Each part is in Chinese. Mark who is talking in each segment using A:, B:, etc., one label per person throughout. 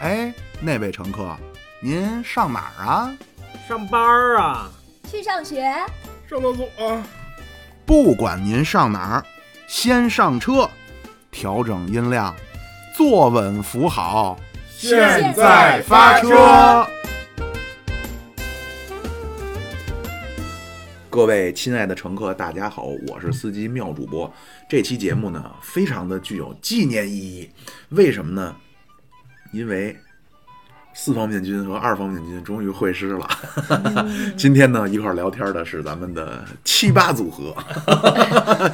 A: 哎，那位乘客，您上哪儿啊？
B: 上班儿啊，
C: 去上学，
D: 上厕所啊，
A: 不管您上哪儿，先上车，调整音量，坐稳扶好，
C: 现在
A: 发车。各位亲爱的乘客，大家好，我是司机妙主播。这期节目呢，非常的具有纪念意义，为什么呢？因为四方面军和二方面军终于会师了。今天呢，一块儿聊天的是咱们的七八组合，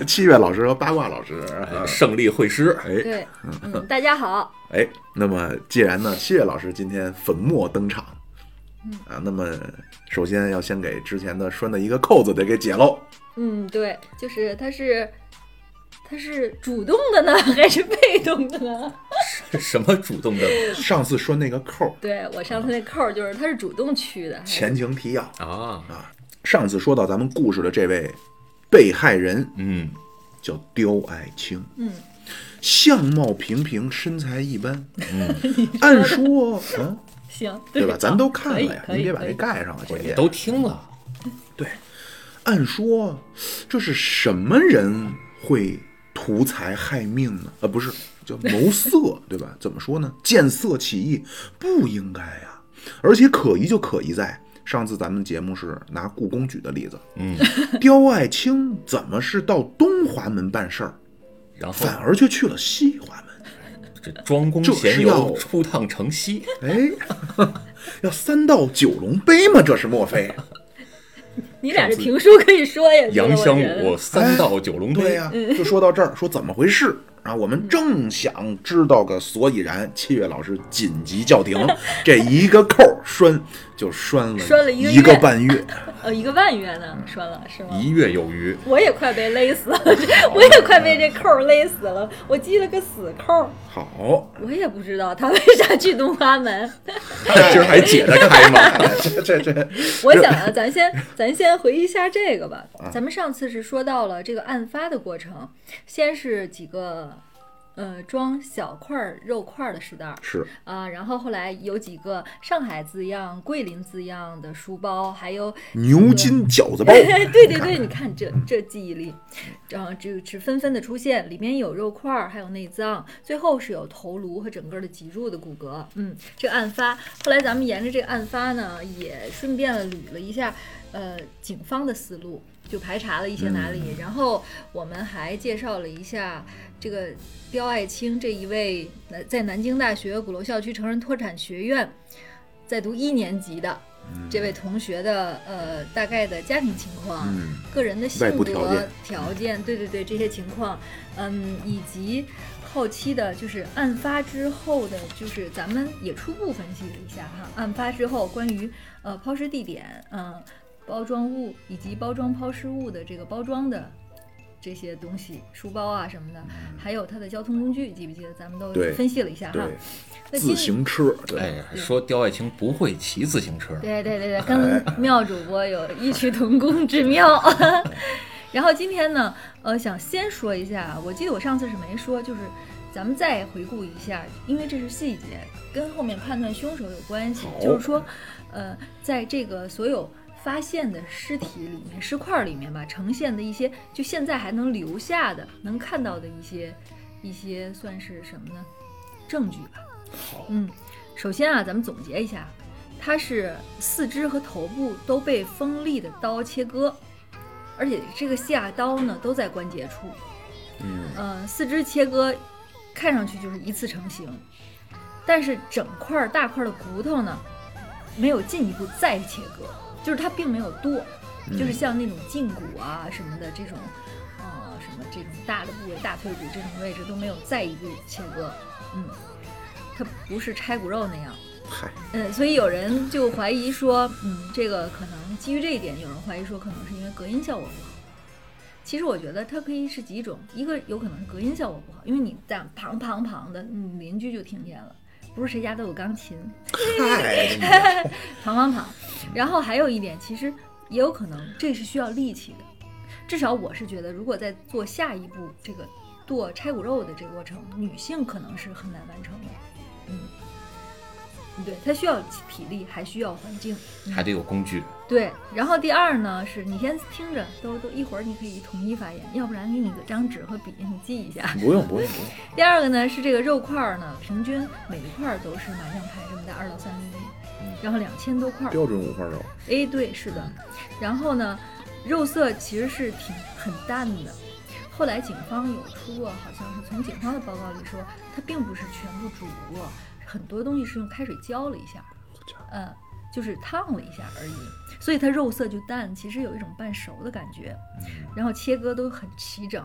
A: 七月老师和八卦老师。
D: 胜利会师，
A: 哎
C: 对，嗯，大家好，
A: 哎，那么既然呢，七月老师今天粉墨登场，
C: 嗯
A: 啊，那么首先要先给之前的拴的一个扣子得给解喽。
C: 嗯，对，就是他是他是主动的呢， 还是被动的呢？
D: 什么主动的
A: 上次拴那个扣儿，
C: 对我上次那扣儿就是他是主动去的，还是
A: 前情提要
D: 啊？
A: 啊，上次说到咱们故事的这位被害人
D: 嗯，
A: 叫刁爱青，
C: 嗯，
A: 相貌平平，身材一般，嗯，按说，嗯，
C: 行，
A: 对 吧？咱都看了呀，
C: 啊可
A: 您
C: 以，
A: 别
C: 可
A: 把
C: 以
A: 这盖上了，姐
D: 我也
A: 姐。
D: 都听了，
A: 对，按说这是什么人会图财害命呢？呃，不是叫谋色，对吧？怎么说呢？见色起意不应该啊。而且可疑就可疑在上次咱们节目是拿故宫举的例子，
D: 嗯，
A: 刁爱青怎么是到东华门办事儿，
D: 然后
A: 反而却去了西华门？
D: 这庄公闲游，出趟城西，
A: 哎， 要三到九龙杯吗？这是莫非？
C: 你俩这评书可以说呀，这个
D: 杨
C: 哎我
D: 香
C: 觉得
D: 武三到九龙
A: 对
D: 堆
A: 呀、嗯就说到这儿，说怎么回事啊？我们正想知道个所以然，七月老师紧急叫 停，这一个扣儿拴就拴了
C: 拴了一个
A: 一个
C: 月
A: 半 月，
C: 呃一个万元呢，
A: 嗯
C: 说了是吗？
D: 一月有余，
C: 我也快被勒死了，
A: 哦
C: 我也快被这扣儿勒死了，我系了个死扣儿，
A: 好，
C: 我也不知道他为啥去东华门。
D: 今儿还解着开 吗？
A: 这这这，
C: 我想啊，咱先咱先回忆一下这个吧。咱们上次是说到了这个案发的过程，先是几个呃装小块儿肉块儿的食袋儿
A: 是
C: 啊，然后后来有几个上海字样、桂林字样的书包，还有
A: 牛筋饺子包，
C: 对对对，你看这这记忆力，然后这是纷纷的出现，里面有肉块儿，还有内脏，最后是有头颅和整个的脊柱的骨骼。嗯，这个案发，后来咱们沿着这个案发呢，也顺便了捋了一下，呃，警方的思路，就排查了一些哪里，然后我们还介绍了一下这个刁爱青这一位，呃，在南京大学鼓楼校区成人脱产学院在读一年级的。这位同学的呃大概的家庭情况，
A: 嗯，
C: 个人的性
A: 外
C: 格
A: 部条件
C: 条件对对对，这些情况，嗯，以及后期的，就是案发之后的，就是咱们也初步分析了一下哈，案发之后关于呃抛尸地点，嗯、包装物以及包装抛尸物的这个包装的。这些东西，书包啊什么的，还有它的交通工具，记不记得？咱们
A: 嗯
C: 都
A: 对
C: 分析了一下哈。
A: 对，
C: 啊那今
A: 自行车，对，
D: 哎，还说刁爱青不会骑自行车，
C: 对对对对，跟妙主播有异曲同工之妙。 然后今天呢，呃，想先说一下，啊我记得我上次是没说，就是咱们再回顾一下，因为这是细节，跟后面判断凶手有关系。
A: 好
C: 就是说，呃，在这个所有发现的尸体里面、尸块里面吧，呈现的一些就现在还能留下的、能看到的一些一些算是什么呢？证据吧。
A: 好，
C: 嗯，首先啊，咱们总结一下，他是四肢和头部都被锋利的刀切割，而且这个下刀呢都在关节处。
A: 嗯，
C: 呃，四肢切割看上去就是一次成型，但是整块儿大块儿的骨头呢，没有进一步再切割，就是它并没有剁，就是像那种胫骨啊什么的这种，呃，什么这种大的部位、大腿骨这种位置都没有再一步切割，嗯，它不是拆骨肉那样。
A: 嗨，
C: 嗯，所以有人就怀疑说，嗯，这个可能基于这一点，有人怀疑说可能是因为隔音效果不好。其实我觉得它可以是几种，一个有可能是隔音效果不好，因为你这样砰砰砰的，你邻居就听见了，不是谁家都有钢琴，
A: 嗨，
C: 躺躺躺。然后还有一点，其实也有可能这是需要力气的，至少我是觉得，如果在做下一步这个剁拆骨肉的这个过程，女性可能是很难完成的。嗯，对，它需要体力，还需要环境。
D: 还得有工具。
C: 对，然后第二呢，是你先听着，都都一会儿你可以统一发言，要不然给你个张纸和笔，你记一下。
A: 不用不用不用，
C: 第二个呢是这个肉块儿呢，平均每一块儿都是麻将牌这么大，二到三厘
A: 嗯
C: 米，然后两千多块儿。
A: 标准五花肉，
C: 哎，对，是的。然后呢，肉色其实是挺很淡的。后来警方有出过，好像是从警方的报告里说，它并不是全部煮过，很多东西是用开水浇了一下，嗯，就是烫了一下而已，所以它肉色就淡，其实有一种半熟的感觉。然后切割都很齐整，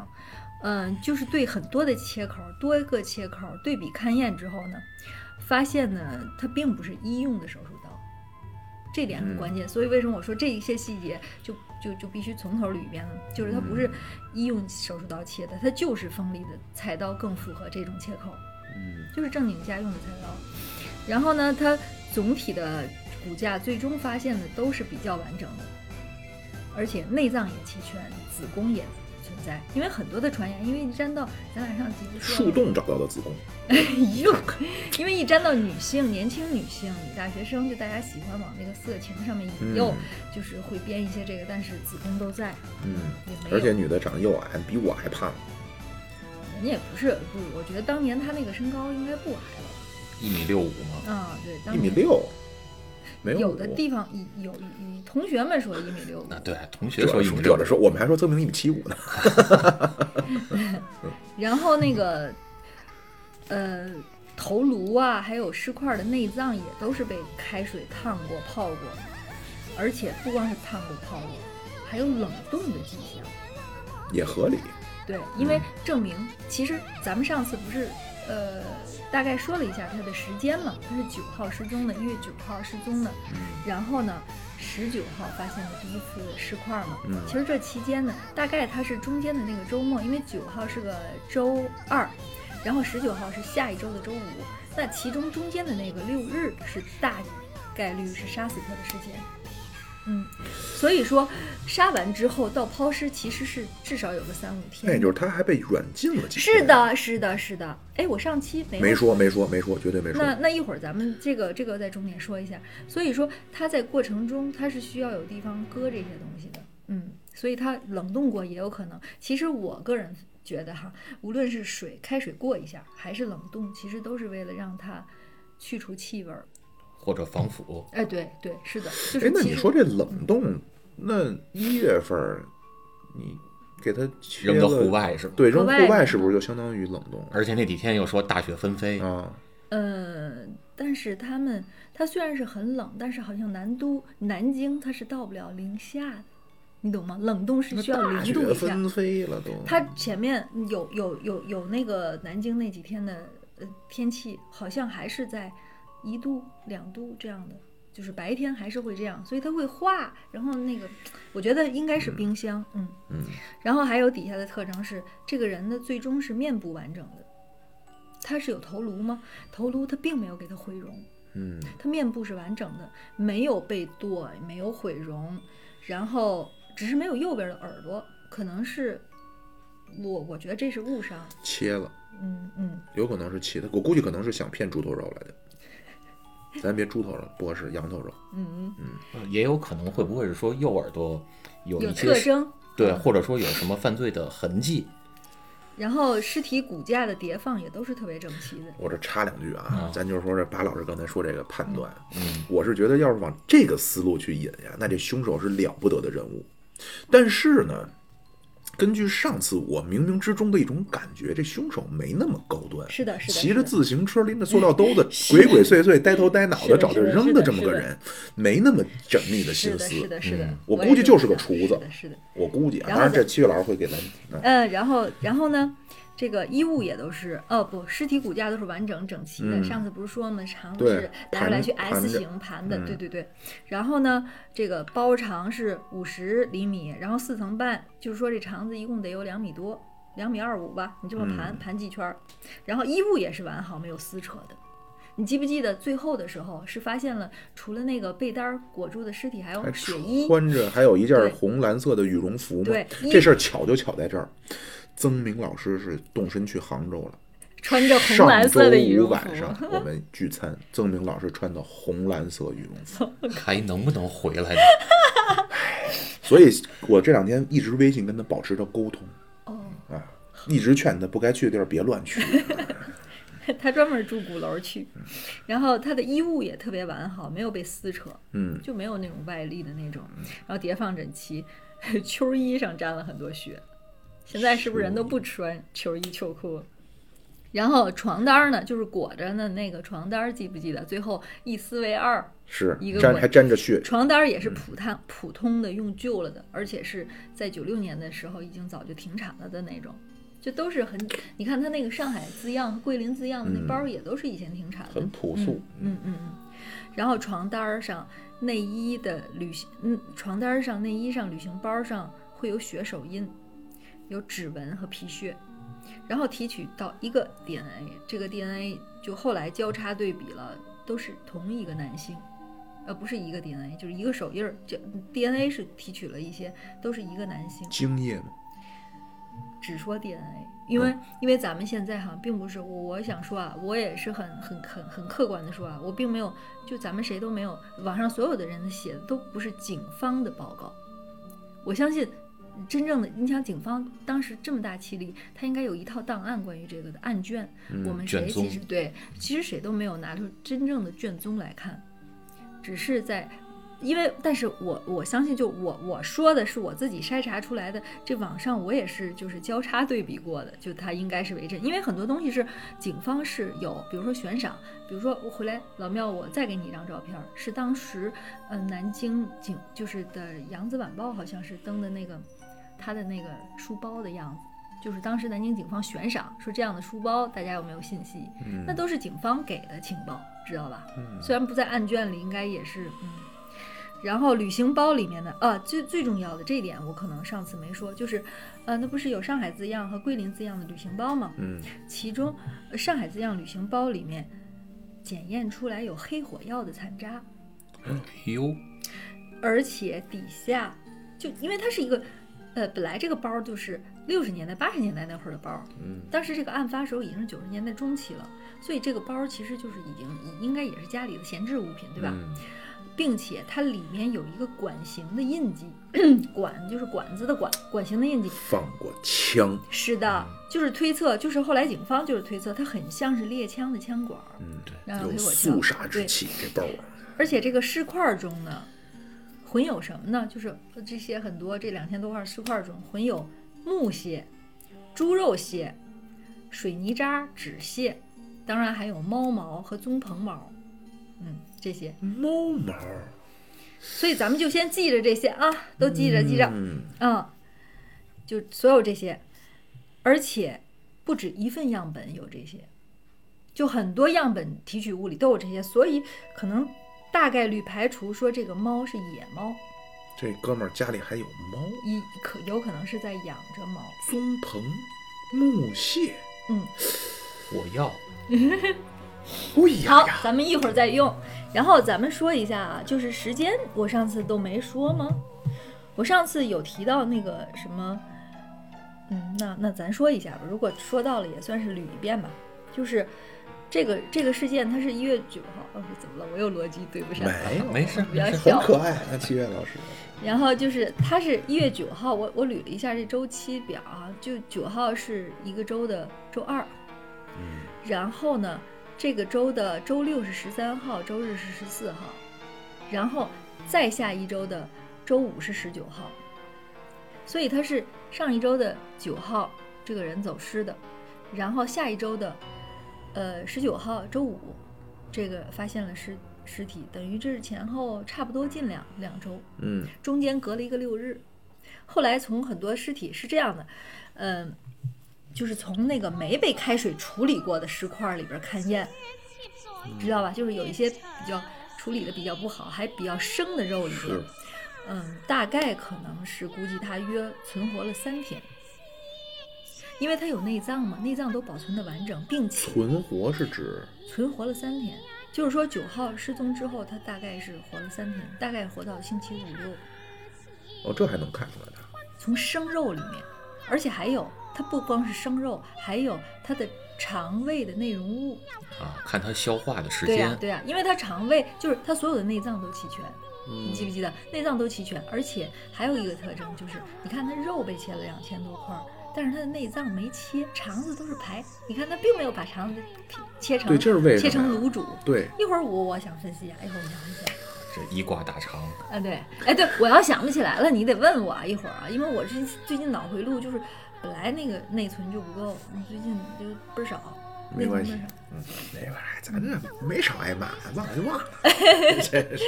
C: 嗯，就是对很多的切口，多个切口对比勘验之后呢，发现呢它并不是医用的手术刀，这点很关键。所以为什么我说这一些细节就就就必须从头捋一遍呢？就是它不
A: 嗯
C: 是医用手术刀切的，它就是锋利的菜刀更符合这种切口，
A: 嗯，
C: 就是正经家用的菜刀。然后呢，它总体的骨架最终发现的都是比较完整的，而且内脏也齐全，子宫也存在。因为很多的传言，因为一沾到咱俩上集不说
A: 树
C: 了吗，
A: 洞找到的子宫，
C: 哟，因为一沾到女性、年轻女性、女大学生，就大家喜欢往那个色情上面引诱，就是会编一些这个，但是子宫都在，
A: 嗯，
C: 也没有。
A: 而且女的长得又矮，比我还胖，
C: 人家也不是不，我觉得当年她那个身高应该不矮了。
D: 一米六五嘛，
C: 啊，对，当
A: 一米
C: 年
A: 六，没
C: 有
A: 有
C: 的
A: 我
C: 地方有有有同学们说一米六五，
D: 那对同学
A: 这
D: 说一米
A: 说
D: 六
A: 这
D: 五
A: 的，说，我们还说曾明一米七五呢。
C: 然后那个，呃，头颅啊，还有尸块的内脏也都是被开水烫过、泡过，而且不光是烫过、泡过，还有冷冻的迹象。
A: 也合理。
D: 嗯
C: 对，
A: 嗯
C: 因为证明其实咱们上次不是呃大概说了一下他的时间嘛，他是九号失踪的，一月九号失踪的，然后呢十九号发现了第一次尸块嘛。
A: 嗯
C: 其实这期间呢，大概他是中间的那个周末，因为九号是个周二，然后十九号是下一周的周五，那其中中间的那个六日是大概率是杀死他的时间。嗯，所以说杀完之后到抛尸其实是至少有个三五天，
A: 那也就是他还被软禁了几天。
C: 是，的，是的，是的。哎，我上期没
A: 没
C: 有。
A: 说没说没说，绝对没说。
C: 那那一会儿咱们这个这个在重点说一下。所以说它在过程中它是需要有地方搁这些东西的，嗯，所以它冷冻过也有可能。其实我个人觉得哈，无论是水开水过一下，还是冷冻，其实都是为了让它去除气味儿。
D: 或者防腐，
C: 哎，对对，是的，就是其
A: 哎
C: 实。，
A: 那你说这冷冻，那一月份儿你给他切
D: 扔到
A: 了
D: 户，外是吧？，
A: 对，扔
C: 户外
A: 户外
C: 冷
A: 是不是就相当于冷冻
D: 而且那几天又说大雪纷飞，
A: 啊？
C: 呃，但是他们，它虽然是很冷，但是好像南都南京它是到不了零下的，你懂吗？冷冻是
A: 那
C: 需要
A: 大
C: 零
A: 雪
C: 度以下。
A: 纷飞了都。
C: 它前面有有有有那个南京那几天的呃天气，好像还是在一度两度这样的，就是白天还是会这样，所以它会化。然后那个，我觉得应该是冰箱，嗯
A: 嗯，
C: 然后还有底下的特征是，这个人的最终是面部完整的，他是有头颅吗？头颅他并没有给他毁容，
A: 嗯，
C: 他面部是完整的，没有被剁，没有毁容，然后只是没有右边的耳朵，可能是我我觉得这是误伤，
A: 切了，
C: 嗯嗯，
A: 有可能是切的，我估计可能是想骗猪头肉来的。咱别猪头肉，不合适，羊头肉。
C: 嗯，
D: 也有可能会不会是说右耳朵有
C: 嗯有
D: 一
C: 特
D: 些
C: 征。
D: 对，或者说有什么犯罪的痕 迹
C: 然后尸体骨架的叠放也都是特别整齐的，
A: 我这插两句啊，
D: 啊
A: 咱就是说这巴老师刚才说这个判断，我是觉得要是往这个思路去引呀，那这凶手是了不得的人物。但是呢，根据上次我冥冥之中的一种感觉，这凶手没那么高端，
C: 是的是的
A: 骑
C: 是
A: 着
C: 的
A: 自行车拎着塑料 兜子，鬼鬼祟祟、呆头呆脑
C: 是
A: 的
C: 的
A: 找地儿
C: 是的
A: 扔
C: 是
A: 的
C: 的
A: 这么个
C: 是的
A: 人，没那么缜密的心
C: 是的，
A: 思。嗯
C: 是的，是的，
A: 我
C: 也
A: 估计
C: 这
A: 就
C: 么
A: 是个
C: 想
A: 厨
C: 是
A: 子
C: 的，是的。
A: 我估计啊，
C: 然
A: 当
C: 后
A: 然这
C: 再
A: 七月老师会给咱嗯
C: 嗯，然后然后呢，这个衣物也都是，哦不，尸体骨架都是完整整齐的。
A: 嗯
C: 上次不是说吗？肠子
A: 对
C: 是来
A: 盘
C: 回来去
A: 盘着
C: S 型盘的，
A: 嗯
C: 对对对。然后呢，这个包长是五十厘米，然后四层半，就是说这肠子一共得有两米多，两米二五吧，你这么盘、
A: 嗯
C: 盘几圈儿。然后衣物也是完好，没有撕扯的。你记不记得最后的时候是发现了除了那个被单儿裹住的尸体，还有
A: 还
C: 血衣？
A: 穿着还有一件
C: 对
A: 红蓝色的羽绒服嘛
C: 对。
A: 这事儿巧就巧在这儿，曾明老师是动身去杭州了，
C: 穿着红蓝色的羽
A: 上周五
C: 绒
A: 晚
C: 服。
A: 上我们聚餐，曾明老师穿的红蓝色羽绒
C: 哦
A: 服，
D: 还能不能回来呢？
A: 所以我这两天一直微信跟他保持着沟通
C: 哦，
A: 啊，一直劝他不该去的地儿别乱 去。
C: 他专门住鼓楼去，然后他的衣物也特别完好，没有被撕扯，
A: 嗯，
C: 就没有那种外力的那种，然后叠放整齐， 秋衣上沾了很多血。现在是不是人都不穿秋衣秋裤？然后床单儿呢，就是裹着的那个床单儿，记不记得？最后一撕为二，
A: 是
C: 一个
A: 沾
C: 吻
A: 还沾着血，
C: 床单儿也是普通普通的用旧了的，而且是在九六年的时候已经早就停产了的那种，就都是很，你看它那个上海字样和桂林字样的那
A: 嗯
C: 包儿也都是以前停产的
A: 很，朴素。
C: 嗯嗯嗯。然后床单儿上、内衣的旅行，嗯，床单儿上、内衣上、旅行包儿上会有血手印，有指纹和皮屑，然后提取到一个 DNA，这个 DNA 就后来交叉对比了，都是同一个男性。呃，不是一个 DNA，就是一个手印儿。这嗯 DNA 是提取了一些，都是一个男性。
A: 精液嘛，
C: 只说 DNA，因
D: 嗯
C: 为、因为咱们现在哈，并不是我我想说啊，我也是很很很很客观的说啊，我并没有就咱们谁都没有，网上所有的人写的都不是警方的报告，我相信。真正的，你想警方当时这么大气力，他应该有一套档案关于这个的案卷。我们谁
D: 嗯卷宗
C: 其实对，其实谁都没有拿出真正的卷宗来看，只是在，因为但是我我相信，就我我说的是我自己筛查出来的，这网上我也是就是交叉对比过的，就它应该是为真，因为很多东西是警方是有，比如说悬赏，比如说我回来老庙，我再给你一张照片儿，是当时呃南京警就是的《扬子晚报》好像是登的那个他的那个书包的样子。就是当时南京警方悬赏说这样的书包，大家有没有信息？
A: 嗯
C: 那都是警方给的情报，知道吧？
A: 嗯
C: 虽然不在案卷里，应该也是嗯。然后旅行包里面的啊，最最重要的这一点，我可能上次没说，就是，呃，那不是有上海字样和桂林字样的旅行包吗？
A: 嗯，
C: 其中呃上海字样旅行包里面检验出来有黑火药的残渣，
D: 哎呦，
C: 而且底下就因为它是一个，呃，本来这个包就是六十年代、八十年代那会儿的包，
A: 嗯，
C: 当时这个案发时候已经是九十年代中期了，所以这个包其实就是已经已应该也是家里的闲置物品，对吧？
A: 嗯
C: 并且它里面有一个管形的印记，管就是管子的管，管形的印记。
A: 放过枪，
C: 是的，
A: 嗯
C: 就是推测，就是后来警方就是推测，它很像是猎枪的枪管儿，
A: 嗯，
C: 然后
A: 有
C: 黑火
A: 肃
C: 枪。
A: 杀之
C: 对
A: 气，这包啊，
C: 而且这个尸块儿中呢，混有什么呢？就是这些很多这两千多块尸块儿中混有木屑、猪肉屑、水泥渣、纸屑，当然还有猫毛和棕蓬毛，嗯，这些。
A: 猫毛，
C: 所以咱们就先记着这些啊，都记着记着，
A: 嗯，
C: 嗯，就所有这些，而且不止一份样本有这些，就很多样本提取物里都有这些，所以可能大概率排除说这个猫是野猫，
A: 这哥们儿家里还有猫，
C: 一可有可能是在养着猫。
A: 棕蓬，木屑，
C: 嗯，
D: 我要
A: 哎
C: 好
A: 呀呀，，
C: 咱们一会儿再用。然后咱们说一下啊，就是时间，我上次都没说吗？我上次有提到那个什么，嗯，那那咱说一下吧。如果说到了，也算是捋一遍吧。就是这个这个事件，它是一月九号，哦，怎么了？我又逻辑对不上。
A: 没有
D: 没事
C: 比较
D: 没事，
C: 小
A: 好可爱啊，七月老师，
C: 然后就是它是一月九号，我我捋了一下这周期表啊，就九号是一个周的周二，
A: 嗯，
C: 然后呢，这个周的周六是十三号，周日是十四号，然后再下一周的周五是十九号，所以他是上一周的九号这个人走失的，然后下一周的呃十九号周五这个发现了尸尸体，等于这是前后差不多近两两周。
A: 嗯，
C: 中间隔了一个六日。后来从很多尸体是这样的，嗯，就是从那个没被开水处理过的尸块里边勘验，知道吧？就是有一些比较处理的比较不好，还比较生的肉里边
A: 是，
C: 嗯，大概可能是估计它约存活了三天，因为它有内脏嘛，内脏都保存的完整，并且
A: 存活是指，
C: 存活了三天，就是说九号失踪之后，它大概是活了三天，大概活到星期五六。
A: 哦，这还能看出来的，
C: 从生肉里面，而且还有，它不光是生肉，还有它的肠胃的内容物。
D: 啊，看它消化的时
C: 对呀、
D: 间。
C: 对呀、因为它肠胃就是它所有的内脏都齐全，你
D: 嗯
C: 记不记得内脏都齐全？而且还有一个特征就是，你看它肉被切了两千多块儿，但是它的内脏没切，肠子都是排。你看它并没有把肠子切切成
A: 对，这是为什么
C: 切
A: 呀？
C: 成卤煮。
A: 对，
C: 一会儿我我想分析啊，一会儿我想分析啊。
D: 这一挂大肠，
C: 啊，对，哎，对，我要想不起来了，你得问我啊，一会儿啊，因为我这最近脑回路就是本来那个内存就不够，嗯最近就倍儿少，
A: 没关系
C: 内存倍儿少。
A: 没玩意儿，咱这没少挨骂，忘了就忘了。真是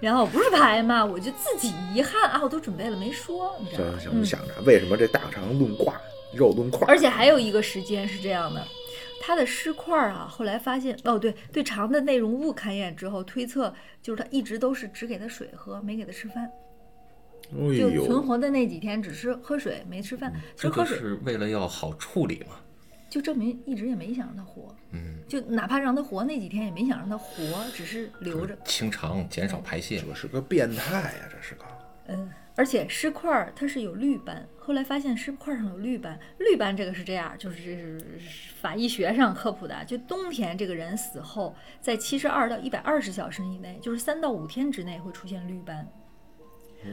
C: 然后不是怕挨骂，我就自己遗憾啊，我都准备了没说，你知道
A: 行行？行，
C: 吗
A: 我
C: 嗯
A: 们想着为什么这大肠论胯，肉论胯，
C: 而且还有一个时间是这样的，它的尸块儿啊，后来发现哦，对对，肠的内容物勘验之后推测，就是它一直都是只给它水喝，没给它吃饭，
A: 哎
C: 就存
A: 呦，嗯
C: 活的那几天只是喝水没吃饭，其
D: 这
C: 实喝
D: 个
C: 水
D: 是为了要好处理嘛？
C: 就证明一直也没想让它活，
D: 嗯，
C: 就哪怕让它活那几天也没想让它活，只是留着。
D: 清肠，减少排泄。
A: 这是个变态呀、这是个。
C: 嗯，而且尸块儿它是有绿斑，后来发现尸块上有绿斑。绿斑这个是这样，就是这是法医学上科普的啊，就冬天这个人死后，在七十二到一百二十小时以内，就是三到五天之内会出现绿斑。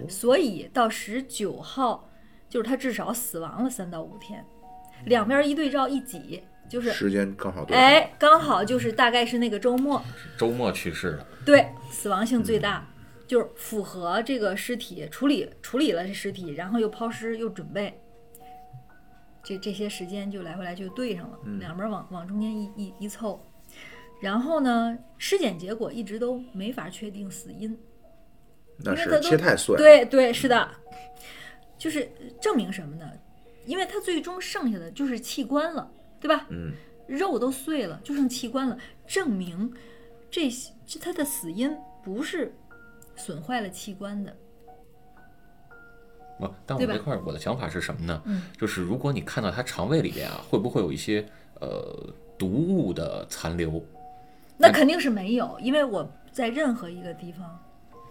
C: 所以到十九号，就是他至少死亡了三到五天，两边一对照一挤，就是
A: 时间刚好对上，
C: 哎，刚好就是大概是那个周末，
D: 周末去世的，
C: 对，死亡性最大，就是符合这个尸体处理处理了这尸体，然后又抛尸又准备，这这些时间就来回来就对上了，两边儿往往中间一一一凑，然后呢，尸检结果一直都没法确定死因，
A: 那
C: 因为
A: 是
C: 它都
A: 切太碎，，
C: 对对是的，就是证明什么呢？因为它最终剩下的就是器官了，对吧？
A: 嗯，
C: 肉都碎了，就剩器官了，证明这些这他的死因不是损坏了器官的。
D: 不，但我
C: 对吧
D: 这块儿我的想法是什么呢？
C: 嗯
D: 就是如果你看到他肠胃里边啊，会不会有一些呃毒物的残
C: 哎
D: 留？
C: 那肯定是没有，因为我在任何一个地方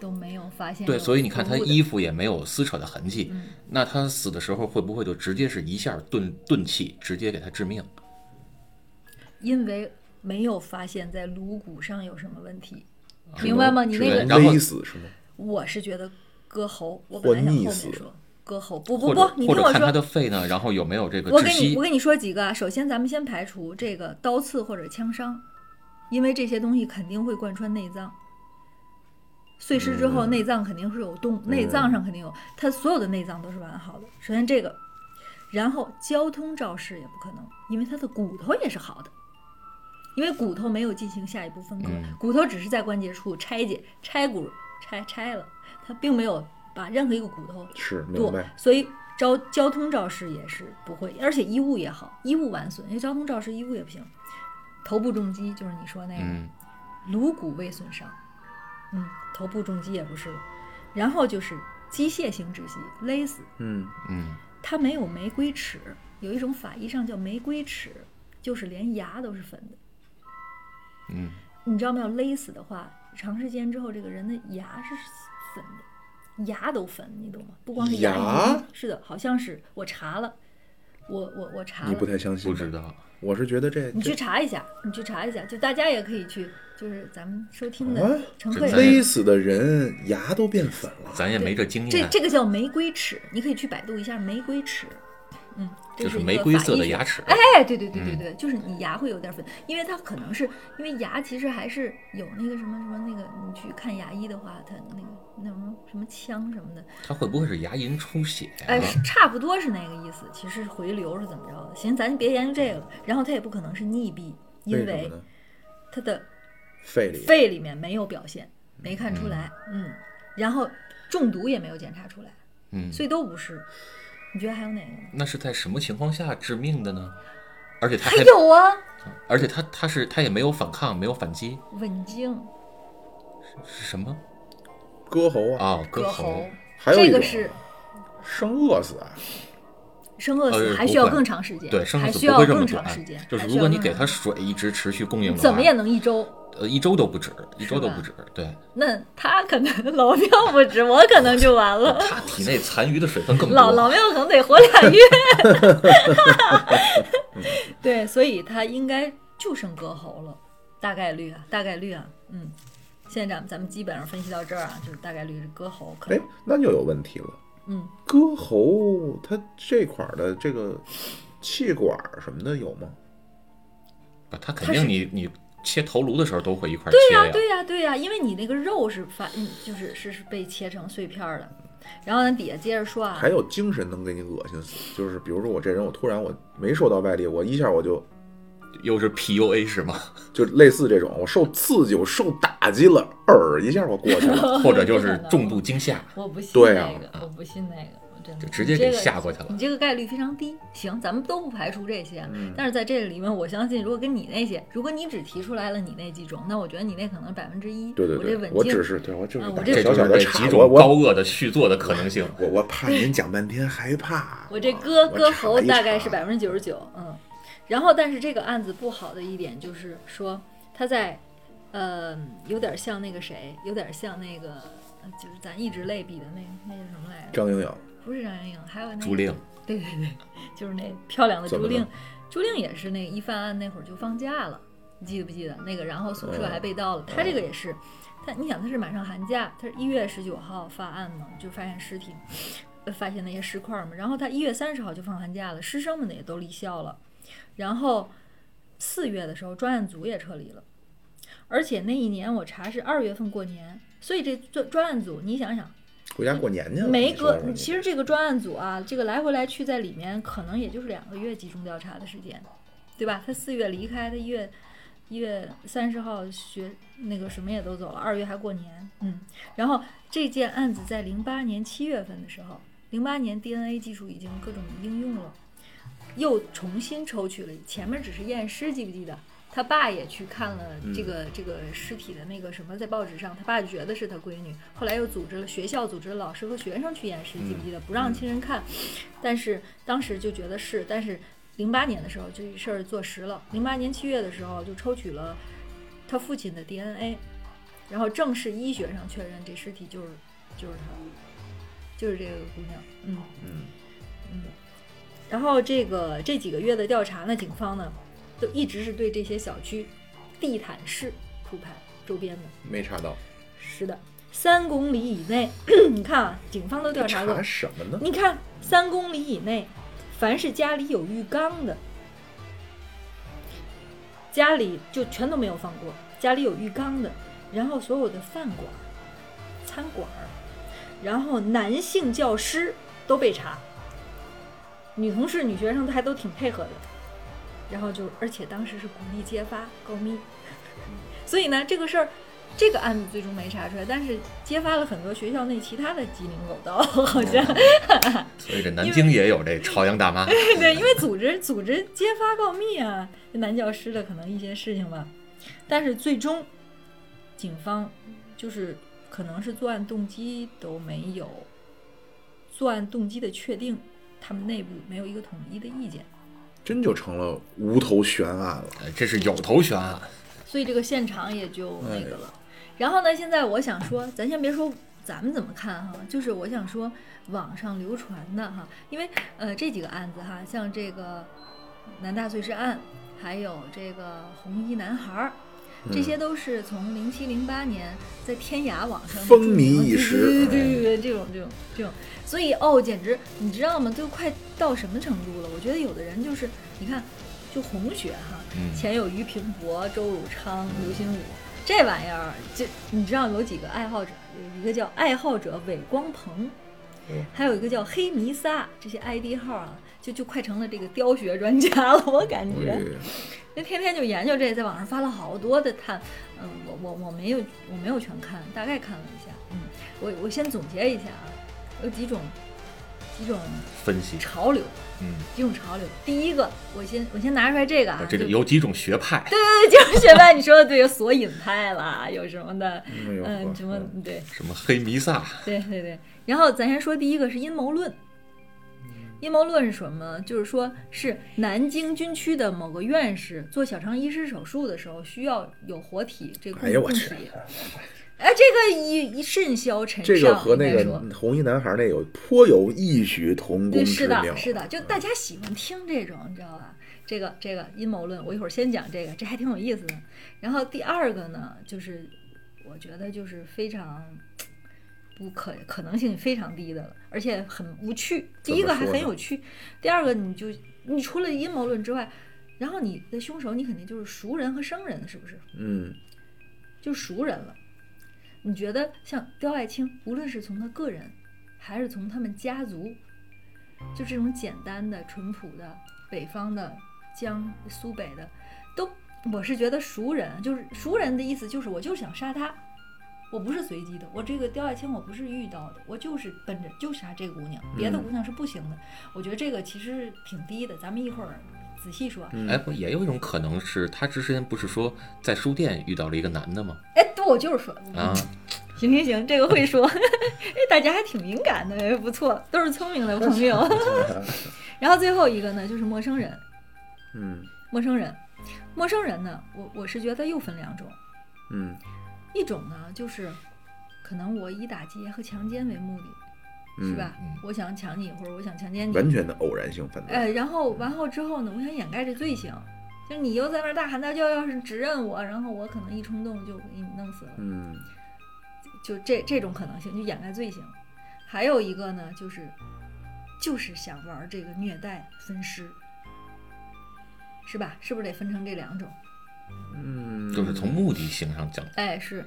C: 都没有发现有毒
D: 对，
C: 物的。
D: 所以你看他衣服也没有撕扯的痕迹。
C: 嗯
D: 那他死的时候会不会就直接是一下钝钝器，直接给他致命？
C: 因为没有发现在颅骨上有什么问题，
A: 只
C: 明白吗？
A: 能
C: 你
A: 只
C: 那
A: 能
C: 个，
D: 然后
A: 勒死是吗？
C: 我是觉得割喉，我本来
A: 或
C: 想后
A: 溺
C: 面
A: 死
C: 说割喉，不不
D: 或
C: 不
D: 者，
C: 你
D: 或
C: 听
D: 者
C: 我
D: 看他
C: 说。
D: 的肺呢？然后有没有这个
C: 我
D: 窒
C: 跟你
D: 息
C: 我？跟你说几个啊，首先咱们先排除这个刀刺或者枪伤，因为这些东西肯定会贯穿内脏。碎尸之
D: 嗯
C: 后，内脏肯定是有洞，内脏上肯定有，它所有的内脏都是完好的。首先这个，然后交通肇事也不可能，因为它的骨头也是好的，因为骨头没有进行下一步分割，
D: 嗯
C: 骨头只是在关节处拆解、拆骨、拆拆了，它并没有把任何一个骨头
A: 是明
C: 多
A: 白，，
C: 所以交交通肇事也是不会，而且衣物也好，衣物完损，因为交通肇事衣物也不行。头部重击就是你说那个，
D: 嗯，
C: 颅骨未损伤，嗯，头部重击也不是了。然后就是机械性窒息，勒死，
A: 嗯，
D: 嗯，
C: 它没有玫瑰齿，有一种法医上叫玫瑰齿，就是连牙都是粉的。
D: 嗯，
C: 你知道没有？勒死的话，长时间之后，这个人的牙是粉的，牙都粉，你懂吗？不光是牙
A: 牙
C: 龈，是的，好像是我查了，我我我查了，
A: 你不太相信，
D: 不知，道。
A: 我是觉得这
C: 你去
A: 这
C: 查一下，你去查一下，就大家也可以去，就是咱们收听
A: 啊
C: 的乘客
D: 这
C: 也
D: 勒
A: 勒死的人牙都变粉了，
D: 咱也没这经
C: 这
D: 验，啊
C: 这个叫玫瑰齿，你可以去百度一下玫瑰齿，嗯，这
D: 就是是
C: 一个
D: 玫瑰
C: 法
D: 色
C: 医
D: 的
C: 学
D: 牙齿。
C: 哎，对对对
A: 嗯
C: 对对，就是你牙会有点粉，因为它可能是因为牙其实还是有那个什么什么那个，你去看牙医的话，它那个那什么什么腔什么
A: 嗯
C: 的，
D: 他会不会是牙龈出血呀、
C: 哎，是差不多是那个意思。其实回流是怎么着的？行，咱别研究这个了。然后它也不可能是溺毙，因
A: 嗯为什
C: 为
A: 么呢？
C: 它的
A: 肺里
C: 肺里面没有表现，没看出来，嗯，然后中毒也没有检查出来，
D: 嗯，
C: 所以都不是。你觉得还有哪个呢？
D: 那是在什么情况下致命的呢？而且他
C: 还有啊，
D: 而且他他是他也没有反抗，没有反击，
C: 刎颈、
D: 是什么？
A: 割喉啊，
D: 哦，割
C: 割
D: 喉
C: 喉，
A: 还有一
C: 这个
A: 种
C: 是
A: 生饿死啊，
C: 生饿死
D: 呃
C: 还需要
D: 不会
C: 更长时间，
D: 对，生
C: 还
D: 死
C: 需
D: 不
C: 要
D: 会这么
C: 更长时
D: 短
C: 间。，
D: 就是
C: 还
D: 如
C: 需要
D: 果你
C: 更
D: 给它
C: 长
D: 水一直持续供应的话，
C: 怎么也能一周，
D: 呃一周都不止，一周都
C: 吧
D: 不止。对，
C: 那他可能 老庙不止，我可能就完了。
D: 它体内残余的水分更多。
C: 老老庙可能得活俩月。 对，所以他应该就剩割喉了，大概率啊，大概率啊，嗯。现在咱们咱们基本上分析到这儿啊，就是大概率是割喉，可
A: 哎
C: 能，
A: 那就有问题了。
C: 嗯，
A: 割喉它这块儿的这个气管儿什么的有吗？
D: 不它肯
C: 它是
D: 定你你切头颅的时候都会一块儿
C: 对
D: 切
C: 呀、对呀、对呀、因为你那个肉是发，嗯，就是是是被切成碎片儿的。然后咱底下接着说啊
A: 还，有精神能给你恶心死，就是比如说我这人，我突然我没受到外力，我一下我就
D: 又是 PUA 是吗？
A: 就类似这种，我受刺激，我受打击了，耳一下我过去 了。
D: 或者就是重度惊吓，
C: 我不信
A: 对
C: 那
A: 啊
C: 个，我不信那个，我真的
D: 就直接
C: 你这
D: 给
C: 个
D: 吓过去了
C: 你。这个概率非常低。行，咱们都不排除这些，啊
A: 嗯
C: 但是在这里面，我相信，如果跟你那些，如果你只提出来了你那几种，那我觉得你那可能百分之一，
A: 对对
C: 我这
A: 对，
C: 稳
A: 我
C: 定
A: 只。是对我就是
C: 啊我
A: 打
C: 这
A: 个
D: 这
A: 小
D: 就
A: 小
D: 是
A: 的
D: 这
A: 岔
D: 几，
A: 我
D: 种高
A: 我
D: 恶的续作的可 能性。
A: 我我 怕您讲半天害怕。啊
C: 我这割割喉大概是
A: 百
C: 百分之九十九，嗯。然后，但是这个案子不好的一点就是说，他在，呃，有点像那个谁，有点像那个，呃就是咱一直类比的那那叫什么来着？
A: 张莹莹
C: 不是张莹莹，还有那个
D: 朱令，
C: 对对对，就是那漂亮的
A: 怎
C: 朱
A: 么
C: 令
A: 了，
C: 朱令也是那个一犯案那会儿就放假了，你记得不记得那个？然后宿舍还被盗了，
A: 哦
C: 他这个也是，他你想他是马上寒假，他是一月十九号发案嘛，就发现尸体，呃发现那些尸块嘛，然后他一月三十号就放寒假了，师生们呢也都离校了，然后四月的时候专案组也撤离了。而且那一年我查是二月份过年，所以这专专案组，你想想，
A: 回家过年去了，
C: 梅
A: 你说
C: 哥
A: 说，你
C: 其实这个专案组啊，这个来回来去在里面，可能也就是两个月集中调查的时间，对吧？他四月离开，他一月一月三十号学那个什么也都走了，二月还过年，嗯。然后这件案子在零八年七月份的时候，零八年 DNA 技术已经各种应用了，又重新抽取了，前面只是验尸，记不记得？他爸也去看了这个、这个尸体的那个什么，在报纸上，他爸就觉得是他闺女，后来又组织了学校组织了老师和学生去验尸，记不记得？不让亲人看，但是当时就觉得是，但是零八年的时候这事儿坐实了，零八年七月的时候就抽取了他父亲的 DNA，然后正式医学上确认这尸体就是就是他，就是这个姑娘，嗯。
A: 嗯，
C: 然后这个这几个月的调查呢，警方呢都一直是对这些小区地毯式铺排周边的，
A: 没查到，
C: 是的，三公里以内， 你看啊，警方都调查过
A: 查，什么呢？
C: 你看三公里以内，凡是家里有浴缸的，家里就全都没有放过，家里有浴缸的，然后所有的饭馆、餐馆，然后男性教师都被查，女同事、女学生还都挺配合的，然后就而且当时是鼓励揭发告密， 所以呢，这个事儿。这个案子最终没查出来，但是揭发了很多学校内其他的鸡零狗盗，好像
D: 所以这南京也有这朝阳大妈。
C: 对，因为组织组织揭发告密啊，这男教师的可能一些事情吧。但是最终，警方就是可能是作案动机都没有，作案动机的确定，他们内部没有一个统一的意见，
A: 真就成了无头悬案了。
D: 呃这是有头悬案，
C: 所以这个现场也就那个了。然后呢，现在我想说，咱先别说咱们怎么看哈，就是我想说网上流传的哈，因为呃这几个案子哈，像这个南大碎尸案，还有这个红衣男孩儿。这些都是从零七零八年在天涯网上
A: 风靡一时
C: 对对对对对，这种这种这种，所以哦，简直你知道吗？都快到什么程度了？我觉得有的人就是，你看，就红学哈，
D: 嗯
C: 前有俞平伯、周汝昌、刘心武，这玩意儿，就你知道有几个爱好者，有一个叫爱好者伪光鹏
A: 嗯，
C: 还有一个叫黑弥撒，这些 ID 号啊，就就快成了这个雕学专家了， 我感觉。
A: 哎呀
C: 那天天就研究这，在网上发了好多的探，嗯，我我我没有我没有全看，大概看了一下，嗯，我我先总结一下啊，有几种几种
D: 分析，
C: 潮流，
D: 嗯，
C: 几种潮流。第一个，我先我先拿出来这个啊，
D: 呃这
C: 就
D: 里有几种学派，
C: 对， 就是学霸，你说的对，有索引派啦， 有什么的，
A: 哎呦
C: 嗯，
A: 呵
C: 什么对
D: 什么黑弥撒，
A: 嗯
C: 对对对。然后咱先说第一个是阴谋论，阴谋论是什么？就是说是南京军区的某个院士做小肠移植手术的时候，需要有活体这个供
A: 哎呦我
C: 供
A: 去
C: 体。哎，这个一一甚嚣尘上，
A: 这个和那
C: 应该
A: 个
C: 说
A: 红衣男孩那有颇有异曲同工
C: 对，
A: 之
C: 是
A: 妙。
C: 的，是的，就大家喜欢听这种，你知道吧？这个这个阴谋论，我一会儿先讲这个，这还挺有意思的。然后第二个呢，就是我觉得就是非常不可可能性非常低的了，而且很无趣。第一个还很有趣，第二个你就你除了阴谋论之外，然后你的凶手你肯定就是熟人和生人，是不是？
A: 嗯，
C: 就熟人了。你觉得像刁爱青，无论是从他个人，还是从他们家族，就这种简单的、淳朴的北方的、江苏北的，都我是觉得熟人，就是熟人的意思，就是我就是想杀他，我不是随机的，我这个刁爱青我不是遇到的，我就是奔着就杀这个姑娘，别的
A: 嗯
C: 姑娘是不行的。我觉得这个其实挺低的，咱们一会儿仔细说。
A: 嗯
D: 哎，不也有一种可能是他之前不是说在书店遇到了一个男的吗？
C: 哎，对，我就是说，
D: 啊，
A: 嗯
C: 行行行，这个会说， 哎，大家还挺敏感的，哎，不错，都是聪明的 朋友。然后最后一个呢，就是陌生人，
A: 嗯
C: 陌生人，陌生人呢，我我是觉得又分两种，
A: 嗯
C: 一种呢就是可能我以打劫和强奸为目的，
A: 嗯，
C: 是吧？
D: 嗯
C: 我想抢你，或者我想强奸你，
A: 完全的偶然性犯罪。
C: 哎，然后完后之后呢，我想掩盖这罪行，就是你又在那儿大喊大叫，要是指认我，然后我可能一冲动就给你弄死了。
A: 嗯
C: 就这这种可能性，就掩盖罪行。还有一个呢，就是就是想玩这个虐待分尸，是吧？是不是得分成这两种？
A: 嗯，
D: 就是从目的性上讲，
C: 哎，是。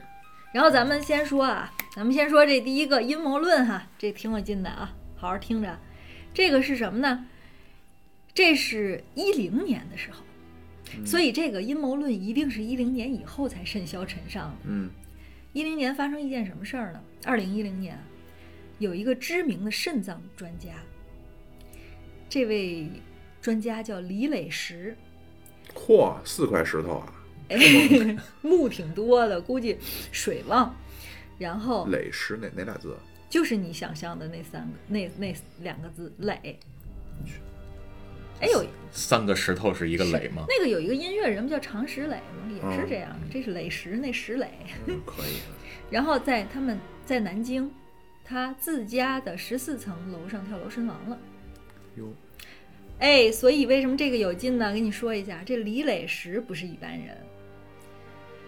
C: 然后咱们先说啊，咱们先说这第一个阴谋论哈，这挺有劲的啊，好好听着啊。这个是什么呢？这是一零年的时候，所以这个阴谋论一定是一零年以后才甚嚣尘上的。
A: 嗯
C: 一零年发生一件什么事儿呢？二零一零年，有一个知名的肾脏专家，这位专家叫李磊石，
A: 嚯，四块石头啊，
C: 墓挺多的，估计水旺。然后
A: 垒石哪哪俩字？
C: 就是你想象的那三个那那两个字磊。哎，有
D: 三个石头是一个垒吗？
C: 那个有一个音乐人不叫常石磊吗？也是这样，
D: 嗯
C: 这是磊石，那石磊。
A: 嗯，可以。
C: 然后在他们在南京，他自家的十四层楼上跳楼身亡了。
A: 哟，
C: 哎，所以为什么这个有劲呢？跟你说一下，这李磊石不是一般人，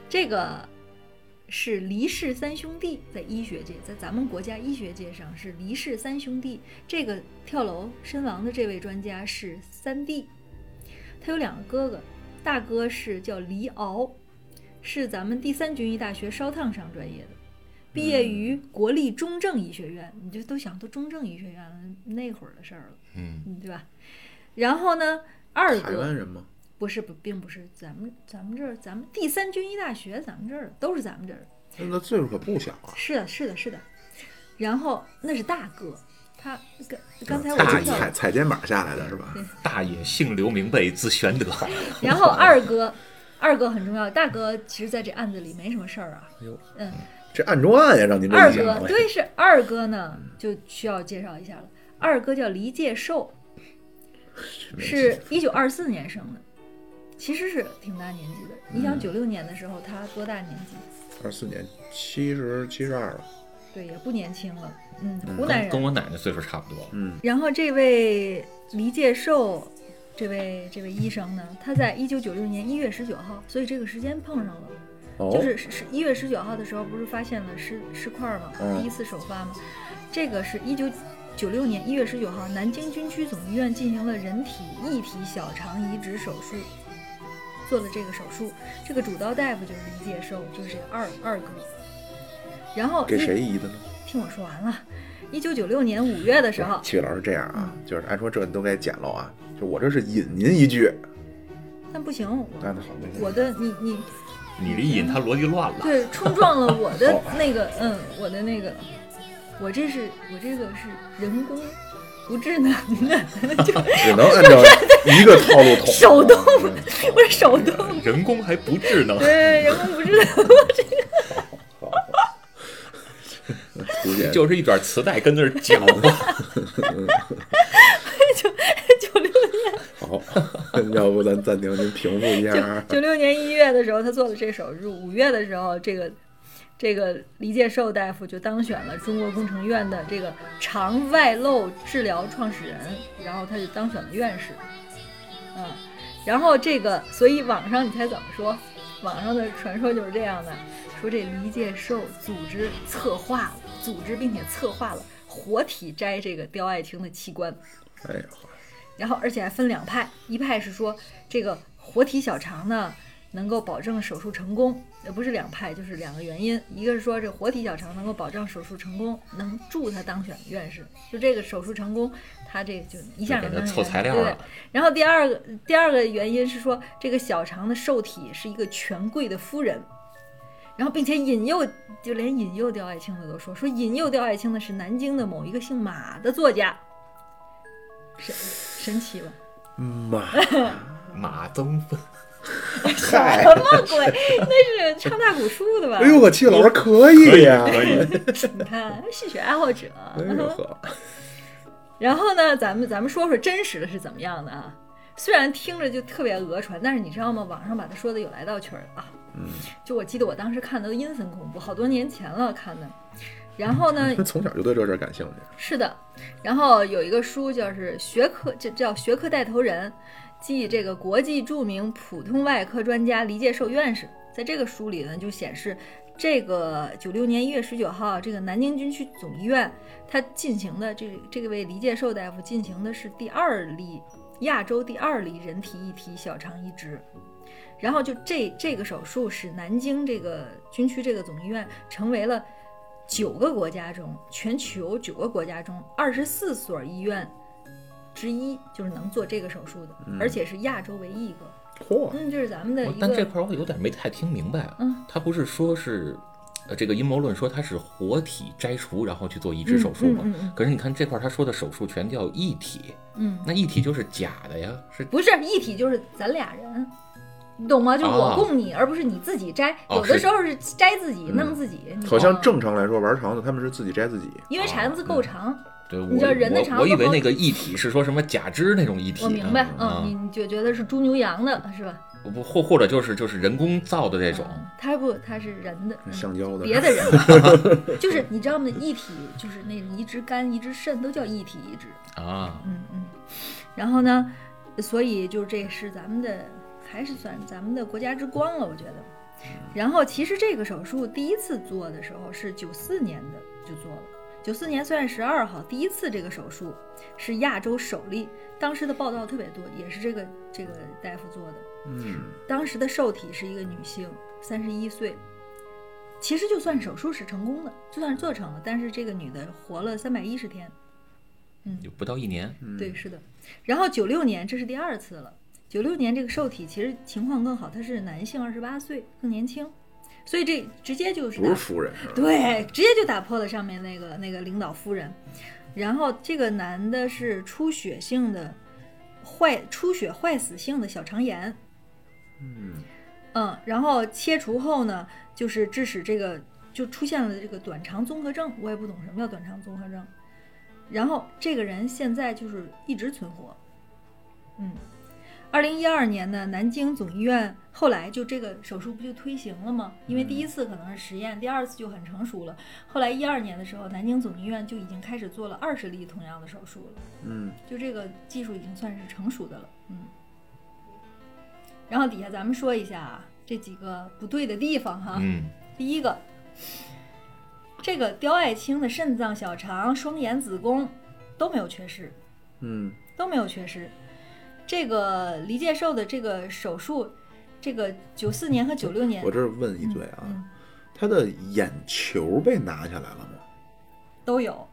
C: 这个是黎氏三兄弟，在医学界，在咱们国家医学界上是黎氏三兄弟。这个跳楼身亡的这位专家是三弟，他有两个哥哥，大哥是叫黎敖，是咱们第三军医大学烧烫伤专业的。毕业于国立中正医学院，
A: 嗯
C: 你就都想都中正医学院了，那会儿的事儿了。
D: 嗯，
C: 嗯，对吧？然后呢，二
A: 台湾
C: 哥
A: 人吗？
C: 不是不，并不是咱们咱们这儿，咱们第三军医大学，咱们这儿的都是咱们这儿的。
A: 那那岁数可不小啊。
C: 是的，是的，是的。然后那是大哥，他刚刚才我
A: 大
C: 知道
A: 踩
C: 了。
A: 踩肩膀下来的是吧？
D: 大爷姓刘名备，字玄 德。
C: 然后二哥，二哥很重要，大哥其实在这案子里没什么事儿啊。
A: 哎呦，
C: 嗯，
A: 这暗中暗呀，让您这
C: 二
A: 一讲嗯
C: 哥，对，是二哥呢，就需要介绍一下了。二哥叫黎介寿，是一九二四年生的，其实是挺大年纪的。你
A: 嗯
C: 想九六年的时候，他多大年纪？
A: 二四年七十七十二了。
C: 对，也不年轻了。嗯，湖南
D: 跟
C: 人。
D: 我奶奶岁数差不多。
A: 嗯
C: 然后这位黎介寿，这位这位医生呢，他在一九九六年一月十九号，所以这个时间碰上了。
A: 哦
C: 就是是是一月十九号的时候，不是发现了尸尸块吗？
A: 嗯
C: 第一次首发吗？这个是一九九六年一月十九号，南京军区总医院进行了人体异体小肠移植手术，做了这个手术。这个主刀大夫就是李介寿，就是二二哥。然后
A: 给
C: 一
A: 谁移的呢？
C: 听我说完了。一九九六年五月的时候，
A: 戚老师这样啊，就是按说这你都该捡漏啊，就我这是引您一句，
C: 但不行，我
A: 那好，没事
C: 我的你你
D: 你这一引他逻辑乱了。
C: 对冲撞了我的
A: 哦
C: 那个嗯，我的那个，我这是我这个是人工不智能的，
A: 只 能按照一个套路捅。
C: 手动我是手动，
D: 人工还不智能，
C: 对人工不智 能。
A: 图姐，
D: 就是一卷磁带跟那儿搅。
A: 要不咱暂停，您平复一下 啊。
C: 九六年一月的时候，他做了这手术，五月的时候，这个这个黎介寿大夫就当选了中国工程院的这个肠外漏治疗创始人，然后他就当选了院士。嗯，然后这个，所以网上你猜怎么说？网上的传说就是这样的，说这黎介寿组织策划了，组织并且策划了活体摘这个刁爱青的器官。
A: 哎呀，
C: 然后而且还分两派，一派是说这个活体小肠呢能够保证手术成功，呃，不是两派，就是两个原因，一个是说这活体小肠能够保证手术成功，能助他当选院士，就这个手术成功，他这个就一下
D: 就
C: 能
D: 给
C: 当
D: 他
C: 选
D: 凑材料
C: 对
D: 了。
C: 然后第二个第二个原因是说这个小肠的受体是一个权贵的夫人。然后，并且引诱，就连引诱刁爱青的都说说引诱刁爱青的是南京的某一个姓马的作家，神神奇吧？
A: 妈，
E: 马增芬，
A: 嗨，
C: 什么 鬼？ 那是唱大鼓出的吧？
A: 哎呦，我去，老师可以呀、
D: 以，
C: 你看，戏曲爱好者。
A: 哎呦呵，
C: 然后呢，咱们咱们说说真实的是怎么样的啊？虽然听着就特别讹传，但是你知道吗？网上把它说的有来道去儿啊。
A: 嗯，
C: 就我记得我当时看的都阴森恐怖，好多年前了看的。然后呢，
A: 从小就对这事儿感兴趣。
C: 是的，然后有一个书就是学科，这叫学科带头人，即这个国际著名普通外科专家黎介寿院士，在这个书里呢就显示，这个九六年一月十九号，这个南京军区总医院，他进行的这这位黎介寿大夫进行的是第二例亚洲第二例人体一体小肠移植。然后就这这个手术使南京这个军区这个总医院成为了九个国家中，全球九个国家中二十四所医院之一，就是能做这个手术的，而且是亚洲唯一一个。
A: 嚯，
C: 嗯，这是咱们的
D: 我
C: 一
D: 嗯哦但这
C: 个。
D: 块儿我有点没太听明白啊。
C: 嗯
D: 他不是说是，呃，这个阴谋论说他是活体摘除然后去做移
C: 嗯
D: 植手术嘛？
C: 嗯嗯
D: 可是你看这块儿他说的手术全叫异体，
C: 嗯，嗯
D: 那异体就是假的呀，是
C: 不是一体，就是咱俩人，你懂吗？就我
D: 哦
C: 供你，而不是你自己摘。
D: 哦
C: 有的
D: 是
C: 时候是摘自己，
A: 嗯
C: 弄自己。你
A: 好
C: 懂吗
A: 像，正常来说玩肠子他们是自己摘自己，
C: 因
D: 啊
C: 为肠
D: 嗯
C: 子够长，
D: 对
C: 你知道人的肠
D: 我
C: 子
D: 我以为
C: 包
D: 那个异体是说什么假肢那种异体，
C: 我明白。
D: 啊
C: 嗯，你你就觉得是猪牛羊的是吧？
D: 不或或者就是就是人工造的这种，
C: 嗯它不，它是人的，嗯
A: 橡胶的。
C: 别的人， 就是你知道吗？一体就是那移植肝、移植肾都叫一体移植，
D: 啊，
C: 嗯嗯。然后呢，所以就是这是咱们的，还是算咱们的国家之光了，我觉得。然后其实这个手术第一次做的时候是九四年的就做了，九四年三月十二号第一次这个手术是亚洲首例，当时的报道特别多，也是这个这个大夫做的。
A: 嗯，
C: 当时的受体是一个女性，三十一岁。其实就算手术是成功的，就算是做成了，但是这个女的活了三百一十天。
D: 就不到一年，
A: 嗯
C: 对，是的。然后九六年，这是第二次了。九六年这个受体其实情况更好，她是男性，二十八岁，更年轻，所以这直接就是
A: 不
C: 打
A: 是夫人是吧？
C: 对，直接就打破了上面那个那个领导夫人。然后这个男的是出血性的坏出血坏死性的小肠炎，
A: 嗯，
C: 嗯，然后切除后呢，就是致使这个就出现了这个短肠综合症，我也不懂什么叫短肠综合症。然后这个人现在就是一直存活，嗯。二零一二年呢，南京总医院后来就这个手术不就推行了吗？因为第一次可能是实验，第二次就很成熟了。后来一二年的时候，南京总医院就已经开始做了二十例同样的手术了。
A: 嗯，
C: 就这个技术已经算是成熟的了，嗯。然后底下咱们说一下啊，这几个不对的地方哈。
D: 嗯，
C: 第一个，这个刁爱青的肾脏、小肠、双眼、子宫都没有缺失，
A: 嗯，
C: 都没有缺失。这个黎介寿的这个手术，这个九四年和九六年
A: 我这儿问一嘴啊，
C: 嗯
A: 他的眼球被拿下来了吗？
C: 都有，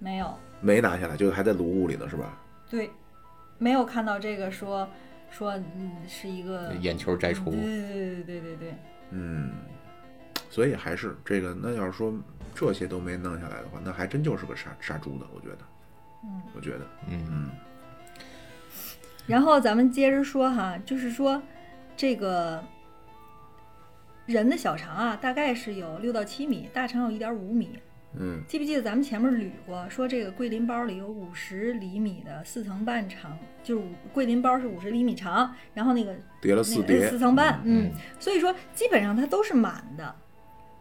C: 没有
A: 没拿下来，就还在颅骨里呢，是吧？
C: 对，没有看到这个说说嗯是一个
D: 眼球摘除
C: 对，对对对对对。
A: 嗯，所以还是这个，那要是说这些都没弄下来的话，那还真就是个杀杀猪的，我觉得，
C: 嗯，
A: 我觉得，
D: 嗯，
A: 嗯，
C: 然后咱们接着说哈，就是说这个人的小肠啊，大概是有六到七米，大肠有一点五米。
A: 嗯
C: 记不记得咱们前面捋过，说这个桂林包里有五十厘米的四层半长，就是五桂林包是五十厘米长，然后那个
A: 叠了
C: 那
A: 四
C: 个
A: 叠，
C: 四层半，嗯
D: 嗯，
C: 所以说基本上它都是满的，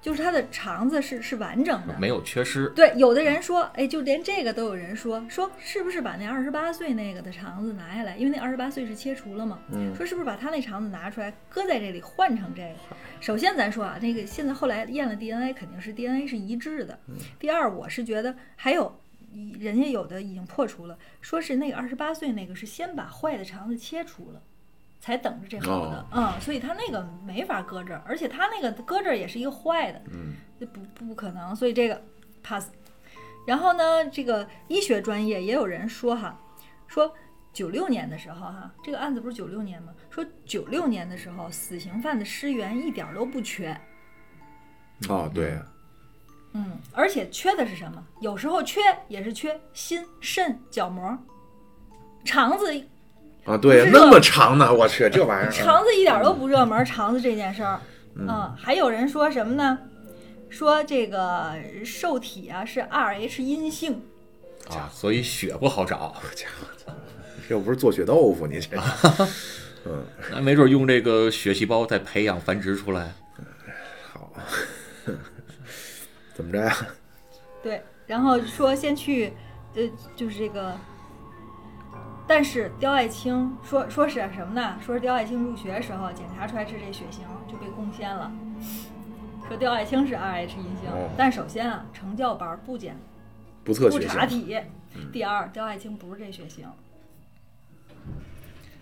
C: 就是它的肠子是是完整的。
D: 没有缺失。
C: 对，有的人说，哎，就连这个都有人说，说是不是把那二十八岁那个的肠子拿下来？因为那二十八岁是切除了嘛，
A: 嗯
C: 说是不是把他那肠子拿出来搁在这里换成这个？首先咱说啊，那个现在后来验了 DNA，肯定是 DNA 是一致的。第二，我是觉得还有人家有的已经破除了，说是那个二十八岁那个是先把坏的肠子切除了。才等着这好的，嗯，所以他那个没法搁这儿，而且他那个搁这儿也是一个坏的，
A: 嗯，
C: 这不不可能，所以这个 pass。然后呢，这个医学专业也有人说哈，说九六年的时候哈，这个案子不是九六年吗？说九六年的时候，死刑犯的尸源一点儿都不缺，
A: 哦，对，
C: 嗯，而且缺的是什么？有时候缺也是缺心、肾、角膜、肠子，
A: 啊，对，
C: 不是
A: 那
C: 说
A: 么长呢，我去，这玩 意儿啊，
C: 肠子一点儿都不热门，肠子这件事儿，
A: 嗯
C: 嗯，还有人说什么呢？说这个受体啊是 Rh 阴性，
D: 啊，所以血不好找，
A: 又不是做血豆腐，你 这，嗯，
D: 那没准用这个血细胞再培养繁殖出来。
A: 好， 怎么着呀？
C: 对，然后说先去，呃，就是这个。但是刁爱青说说是什么呢？说是刁爱青入学时候检查出来是这血型，就被贡献了。说刁爱青是 Rh 阴性，
A: 哦
C: 但首先啊，成教班不检
A: 不测
C: 不
A: 血
C: 查
A: 型，嗯
C: 体。第二，刁爱青不是这血型，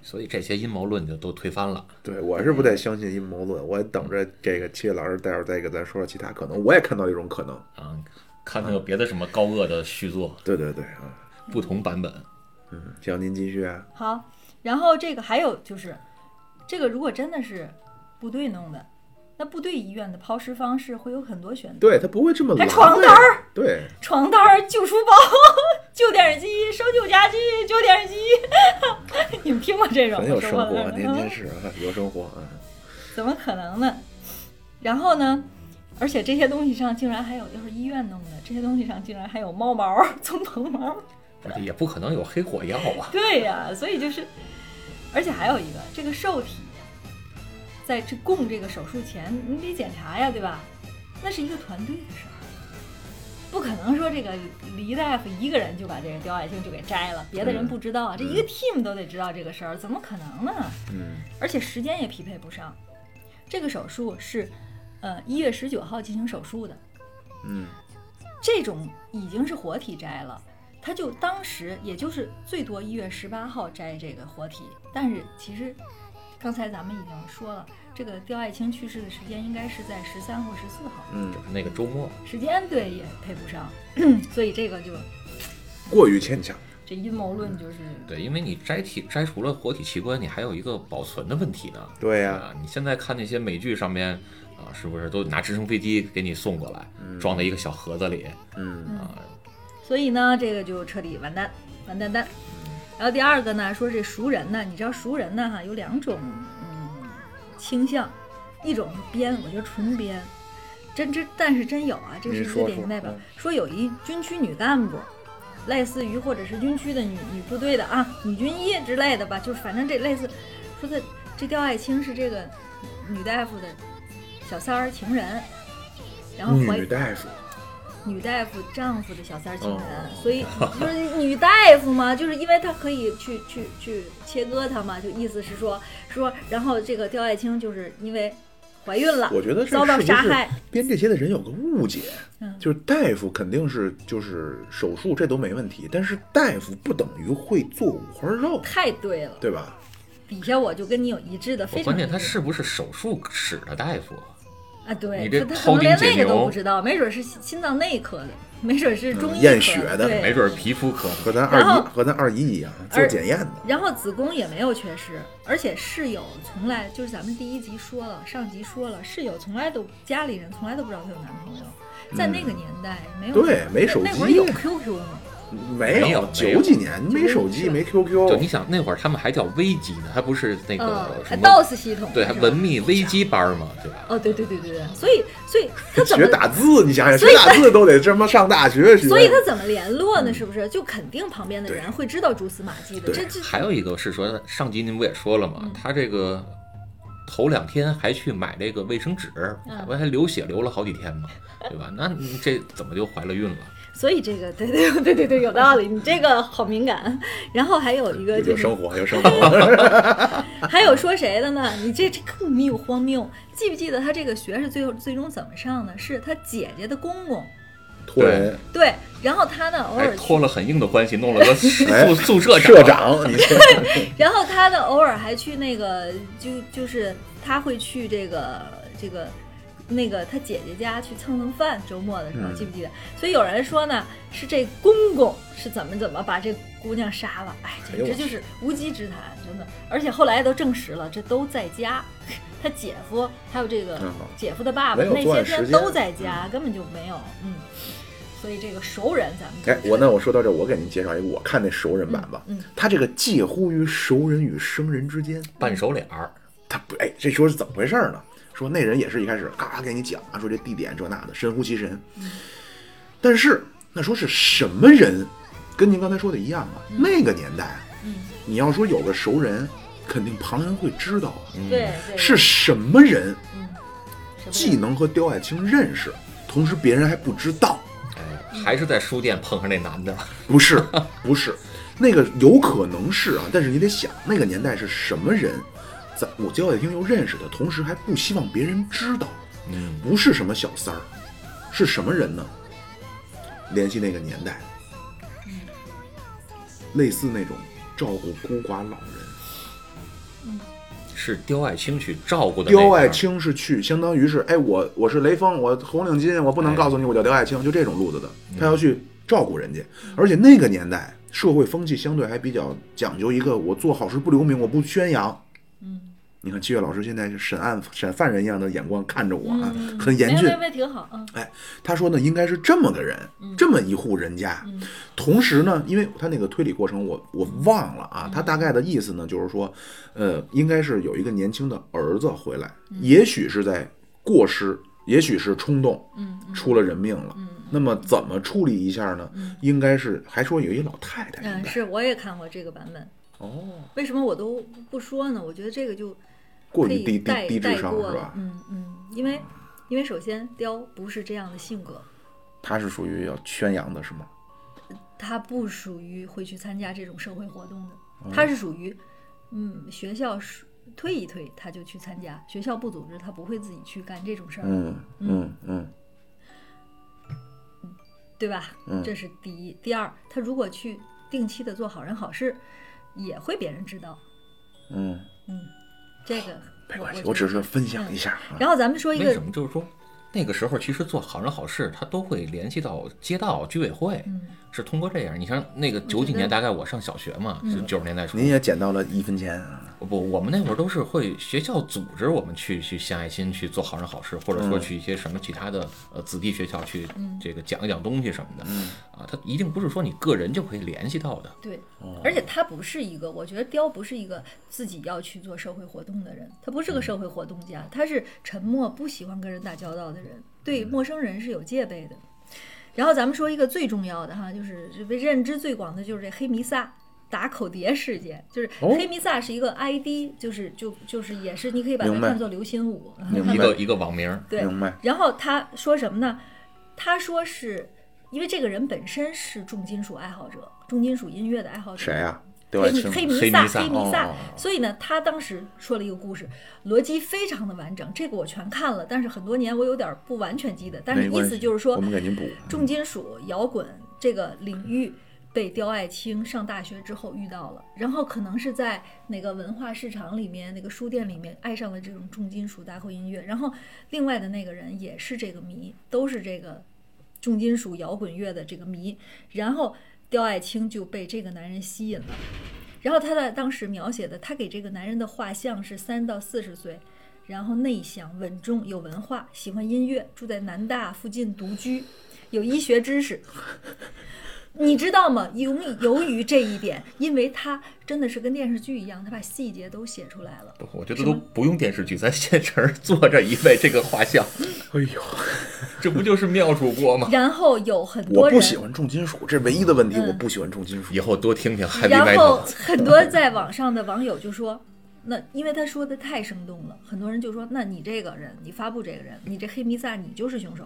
D: 所以这些阴谋论就都推翻了。
A: 对我是不太相信阴谋论，我等着这个七月老师待会儿再给咱说说其他可能，我也看到一种可能，
D: 啊，看看有别的什么高恶的续作，
A: 对对对啊，
D: 不同版本。
A: 嗯，行，您继续啊，
C: 好，然后这个还有就是，这个如果真的是部队弄的，那部队医院的抛尸方式会有很多选择，
A: 对他不会这么
C: 还
A: 狼狈
C: 床单儿，
A: 对，
C: 床单儿、旧书包、 旧电视机、收旧家具、旧电视机， 你们听过这种吗？
A: 很有
C: 说
A: 生
C: 过
A: 活，
C: 了
A: 您
C: 嗯
A: 真是啊，有生活啊，
C: 怎么可能呢？然后呢，而且这些东西上竟然还有，就是医院弄的这些东西上竟然还有猫毛、 鬃蓬毛。
D: 而且也不可能有黑火药啊。
C: 对呀、所以就是，而且还有一个，这个受体，在这供这个手术前，你得检查呀，对吧？那是一个团队的事儿，不可能说这个黎大夫一个人就把这个刁爱青就给摘了，别的人不知道啊，这一个 team 都得知道这个事儿，怎么可能呢？
A: 嗯，
C: 而且时间也匹配不上。这个手术是，呃，一月十九号进行手术的，
A: 嗯，
C: 这种已经是活体摘了，他就当时也就是最多一月十八号摘这个活体，但是其实刚才咱们已经说了，这个刁爱青去世的时间应该是在十三或十四号，
A: 嗯，
D: 就是那个周末，
C: 时间对也配不上，所以这个就
A: 过于牵强，
C: 这阴谋论就是
D: 对，因为你摘体摘除了活体器官，你还有一个保存的问题呢。
A: 对呀、
D: 啊，你现在看那些美剧上面啊，是不是都拿直升飞机给你送过来，
C: 嗯
D: 装在一个小盒子里
A: 嗯，
D: 啊？
C: 所以呢，这个就彻底完蛋，完蛋蛋。然后第二个呢，说这熟人呢，你知道熟人呢哈有两种嗯倾向，一种是编，我觉得纯编，真真但是真有啊，这是
A: 您
C: 一
A: 说
C: 个典型
A: 说
C: 代表
A: 嗯。
C: 说有一军区女干部，类似于或者是军区的女女部队的啊，女军医之类的吧，就是反正这类似，说的这刁爱青是这个女大夫的小三儿情人，然后怀
A: 女大夫，
C: 啊女大夫丈夫的小三儿情人，
A: 哦
C: 所以就是女大夫嘛，就是因为她可以去去去切割她嘛，就意思是说说，然后这个刁爱青就是因为怀孕了，
A: 我觉得这
C: 遭到
A: 是不
C: 杀
A: 是
C: 害
A: 编这些的人有个误解，
C: 嗯
A: 就是大夫肯定是就是手术这都没问题，但是大夫不等于会做五花肉，
C: 太对了，
A: 对吧？
C: 底下我就跟你有一致的，
D: 我
C: 非常
D: 关键
C: 一致
D: 他是不是手术室的大夫？
C: 啊，对，
D: 你这
C: 他他可
D: 庖
C: 能
D: 丁
C: 连
D: 解
C: 那个都
D: 牛
C: 不知道，没准是心心脏内科的，没准是中医
A: 嗯
C: 科
A: 验血的
C: 对
D: 没准儿皮肤科
A: 和咱二
C: 然后
A: 姨和咱二姨一样做
C: 而嗯
A: 检验的，
C: 然后子宫也没有缺失，而且室友从来就是咱们第一集说了，上集说了，室友从来都家
D: 嗯
C: 里人从来都不知道她有男朋友，在那个年代没有、
A: 对没手
C: 那会儿
A: 机
C: 有 QQ 吗？
A: 没
D: 没有
A: 有
D: 没
A: 九
D: 有
A: 几年没手机
C: 是
A: 没
D: 就你
A: QQ，
D: 想那会儿他们还叫微机呢，还不是那个
C: 嗯，
D: 什
C: 还
D: 么、
C: DOS 系统
D: 对，还
C: 是吧
D: 文秘微机班儿嘛，对吧？
C: 哦，对对对对对，所以 所以他怎么
A: 学打啊字，你想想
C: 所以
A: 学打字都得这么上大学学。
C: 所以他怎么联络
A: 嗯
C: 呢？是不是？就肯定旁边的人
A: 对
C: 会知道蛛丝马迹
A: 对
C: 的。这这
D: 还有一个是说，
C: 嗯
D: 上集您不也说了吗？他这个头两天还去买这个卫生纸，
C: 嗯
D: 不还流血流了好几天吗？ 对吧？那你这怎么就怀了孕了？
C: 所以这个对对对对对，有道理，你这个好敏感。然后还有一个就
A: 有
C: 是
A: 生活，有生活，
C: 还有说谁的呢？你这这更谬荒谬。记不记得他这个学是最后最终怎么上的？是他姐姐的公公。
A: 托人
C: 对，然后他呢偶
D: 还
C: 尔去
D: 托了很硬的关系，弄了个宿
A: 哎
D: 宿舍
A: 社长，你这
C: 然后他呢，偶尔还去那个，就就是他会去这个这个那个他姐姐家去蹭蹭饭，周末的时候、
A: 嗯
C: 记不记得？所以有人说呢，是这公公是怎么怎么把这姑娘杀了，哎，
A: 哎呦我
C: 简直就是无稽之谈，真的。而且后来都证实了，这都在家。 他姐夫还有这个
A: 嗯
C: 姐夫的爸爸
A: 没有
C: 那
A: 作
C: 些
A: 案时
C: 天
A: 间
C: 都在家，根本就没有，嗯。所以这个熟人，咱们就
A: 哎，
C: 是
A: 我那我说到这儿，我给您介绍一个我看那熟人版吧。
C: 嗯嗯
A: 他这个介乎于熟人与生人之间，
D: 半熟脸儿，
A: 他不哎，这说是怎么回事儿呢？说那人也是一开始咔咔给你讲，啊说这地点这那的，神乎其神。但是那说是什么人，跟您刚才说的一样啊，那个年代，
C: 嗯
A: 你要说有个熟人，肯定旁人会知道啊，
D: 嗯
C: 对对
A: 是什么人，
C: 嗯，什么
A: 既能和刁爱青认识，同时别人还不知道。
C: 嗯
D: 哎，还是在书店碰上那男的，
A: 不是，不是，那个有可能是啊，但是你得想那个年代是什么人，在我交代厅又认识的，同时还不希望别人知道，
D: 嗯，
A: 不是什么小三儿，是什么人呢？联系那个年代，类似那种照顾孤寡老人。
D: 是刁爱青去照顾的那
A: 刁
D: 个
A: 爱青是去，相当于是，哎，我我是雷锋，我红领巾，我不能
D: 哎嗯
A: 告诉你我叫刁爱青，就这种路子的，他要去照顾人家，而且那个年代社会风气相对还比较讲究一个，我做好事不留名，我不宣扬。
C: 嗯，
A: 你看七月老师现在是审案审犯人一样的眼光看着我啊，
C: 嗯
A: 很严峻
C: 没有。没有没有挺好，嗯
A: 哎，他说呢，应该是这么个人，这么一户人家。
C: 嗯
A: 同时呢，因为他那个推理过程我我忘了
C: 嗯
A: 啊，他大概的意思呢，就是说，呃，应该是有一个年轻的儿子回来，
C: 嗯
A: 也许是在过失，也许是冲动，
C: 嗯嗯
A: 出了人命了。那么怎么处理一下呢？应该是还说有一老太太，应
C: 嗯，
A: 该
C: 是我也看过这个版本。
A: 哦，
C: 为什么我都不说呢？我觉得这个就
A: 过
C: 可
A: 于
C: 以
A: 低低
C: 带
A: 低
C: 带
A: 智商
C: 过
A: 是
C: 了
A: 吧？
C: 嗯嗯，因为因为首先雕不是这样的性格，
A: 他是属于要宣扬的是吗？
C: 他不属于会去参加这种社会活动
A: 哦
C: 的，他是属于嗯学校是推一推他就去参加，学校不组织他不会自己去干这种事儿，
A: 嗯嗯嗯
C: 对吧？
A: 嗯
C: 这是第一。第二，他如果去定期的做好人好事，也会别人知道。
A: 嗯，
C: 这个
A: 没
C: 我
A: 关系，
C: 我
A: 我
C: 觉
A: 只
C: 得
A: 是
C: 嗯
A: 分享一下啊。
C: 然后咱们说一
D: 为
C: 个
D: 什么就是说，那个时候其实做好人好事，他都会联系到街道居委会，
C: 嗯
D: 是通过这样。你像那个九几年，大概我上小学
C: 嗯
D: 嘛，就九十年代初。
A: 您也捡到了一分钱啊！
D: 不，我们那会儿都是会学校组织我们去去献爱心，去做好人好事，或者说去一些什么其他的呃子弟学校去
C: 嗯
D: 这个讲一讲东西什么的。啊，他一定不是说你个人就可以联系到的。
C: 对，
A: 嗯
C: 而且他不是一个，我觉得雕不是一个自己要去做社会活动的人，他不是
A: 嗯
C: 个社会活动家，他是沉默、不喜欢跟人打交道的人，
A: 嗯
C: 对陌生人是有戒备的。然后咱们说一个最重要的哈，就是这被认知最广的就是这黑弥撒。打口碟事件就是
A: 哦
C: 黑弥撒是一个 ID，、就是就就是也是你可以把它
A: 明白
C: 看作流行舞，
A: 明白
D: 一个一个网名儿，
C: 对，
A: 明白
C: 然后他说什么呢？他说是因为这个人本身是重金属爱好者，重金属音乐的爱好者。
A: 谁啊呀、对
C: 黑
A: 吧？
C: 弥
A: 清
C: 黑
D: 弥
C: 弥撒，
D: 撒
C: 黑弥
A: 哦
C: 撒
A: 哦哦，
C: 所以呢，他当时说了一个故事，逻辑非常的完整，这个我全看了，但是很多年我有点不完全记得，但是
A: 没
C: 意
A: 关
C: 思
A: 系
C: 就是说
A: 我，们给您补。
C: 重金属摇滚这个领域被刁爱青上大学之后遇到了，然后可能是在那个文化市场里面、那个书店里面爱上了这种重金属打口音乐，然后另外的那个人也是这个迷，都是这个重金属摇滚乐的这个迷，然后刁爱青就被这个男人吸引了。然后他在当时描写的，他给这个男人的画像是三到四十岁，然后内向、稳重、有文化，喜欢音乐，住在南大附近独居，有医学知识。你知道吗？由由于这一点，因为它真的是跟电视剧一样，它把细节都写出来了。
D: 我觉得都不用电视剧，咱现成做这一位这个画像，
A: 哎呦，
D: 这不就是妙主播吗？
C: 然后有很多
A: 我
C: 人
A: 不喜欢重金属，这唯一的问题，
C: 嗯
A: 我不喜欢重金属
D: 以。后多听听 Heavy
C: 然
D: Metal，
C: 后很多在网上的网友就说，那因为他说的太生动了，很多人就说，那你这个人，你发布这个人，你这黑弥撒，你就是凶手。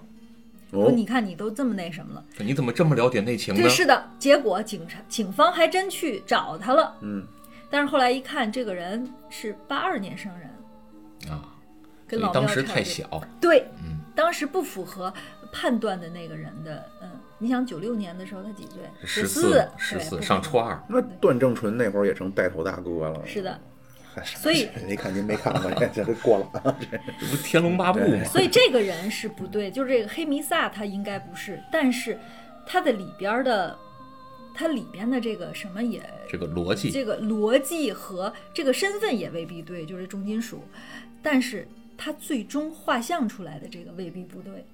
C: 说
A: 哦，
C: 你看你都这么那什么了，
D: 你怎么这么了解内情
C: 这
D: 呢？
C: 是的。结果警察警方还真去找他了，
A: 嗯，
C: 但是后来一看，这个人是八二年生人，
D: 啊，所
C: 跟
D: 以
C: 老
D: 当
C: 庙
D: 时
C: 差
D: 太
C: 不多
D: 小，
C: 对，
D: 嗯
C: 当时不符合判断的那个人的，嗯，你想九六年的时候他几岁？
D: 十
C: 四，
D: 十
C: 对
D: 四上初。二，
A: 那段正淳那会儿也成带头大哥了。
C: 不符合是 的，
A: 哎，
C: 所以
A: 您看您没看过，这这过了啊。
D: 这不《天龙八部》吗？
C: 所以这个人是不对，就是这个黑弥撒他应该不是，但是他的里边儿的，他里边的这个什么也
D: 这个逻辑
C: 这个逻辑和这个身份也未必对，就是重金属，但是他最终画像出来的这个未必不对。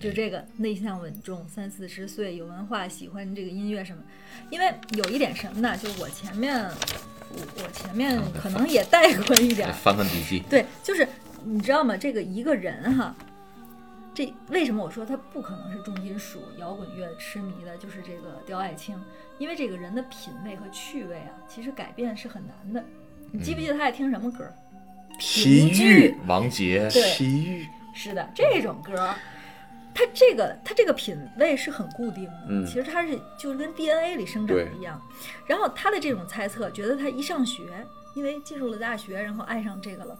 C: 就这个内向稳重，三四十岁，有文化，喜欢这个音乐什么。因为有一点什么呢？就我前面，我我前面可能也带过一点
D: 来
C: 儿，
D: 翻翻笔记，
C: 对，就是你知道吗？这个一个人哈，这为什么我说他不可能是重金属摇滚乐痴迷的，就是这个刁爱青，因为这个人的品味和趣味啊，其实改变是很难的。你记不记得他爱听什么歌？
A: 奇遇，
D: 王杰
C: 对
A: 奇遇，
C: 是的，这种歌儿，它这个它这个品味是很固定的，
A: 嗯
C: 其实它是就是跟 DNA 里生长的一样。然后他的这种猜测，觉得他一上学，因为进入了大学，然后爱上这个了。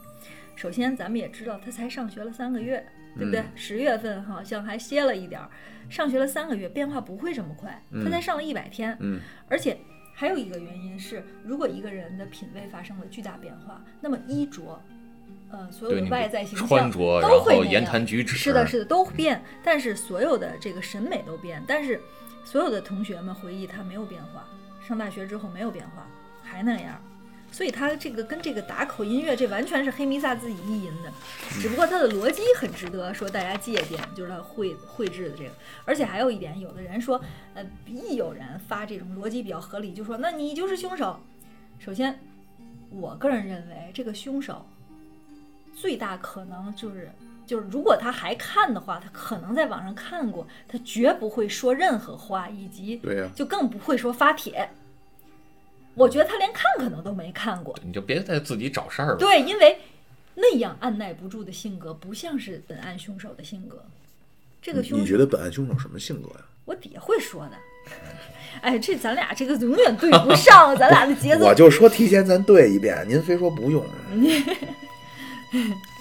C: 首先，咱们也知道他才上学了三个月，对不对？
A: 嗯
C: 十月份好像还歇了一点儿，上学了三个月，变化不会这么快。他才上了一百天，
A: 嗯，
C: 而且还有一个原因是，如果一个人的品味发生了巨大变化，那么衣着，呃，所
D: 对
C: 有的
D: 你
C: 外在
D: 的
C: 形
D: 穿
C: 象
D: 着，然
C: 都会
D: 后
C: 那样
D: 言谈举止，
C: 是的，是的，都变，但是所有的这个审美都变，但是所有的同学们回忆他没有变化，上大学之后没有变化，还那样。所以他这个跟这个打口音乐，这完全是黑弥撒自己意淫的，只不过他的逻辑很值得说大家借鉴，就是他绘绘制的这个。而且还有一点，有的人说，呃，一有人发这种逻辑比较合理，就说那你就是凶手。首先，我个人认为这个凶手最大可能就是就是如果他还看的话，他可能在网上看过，他绝不会说任何话，以及
A: 对呀
C: 就更不会说发帖。我觉得他连看可能都没看过，
D: 你就别再自己找事儿了。
C: 对，因为那样按耐不住的性格，不像是本案凶手的性格。这个
A: 你
C: 凶
A: 觉
C: 手，
A: 得本案凶手什么性格呀？
C: 我底下会说的。 哎，这咱俩这个永远对不上，咱俩的嗯节奏
A: 我。就说提前咱对一遍，您非说不用，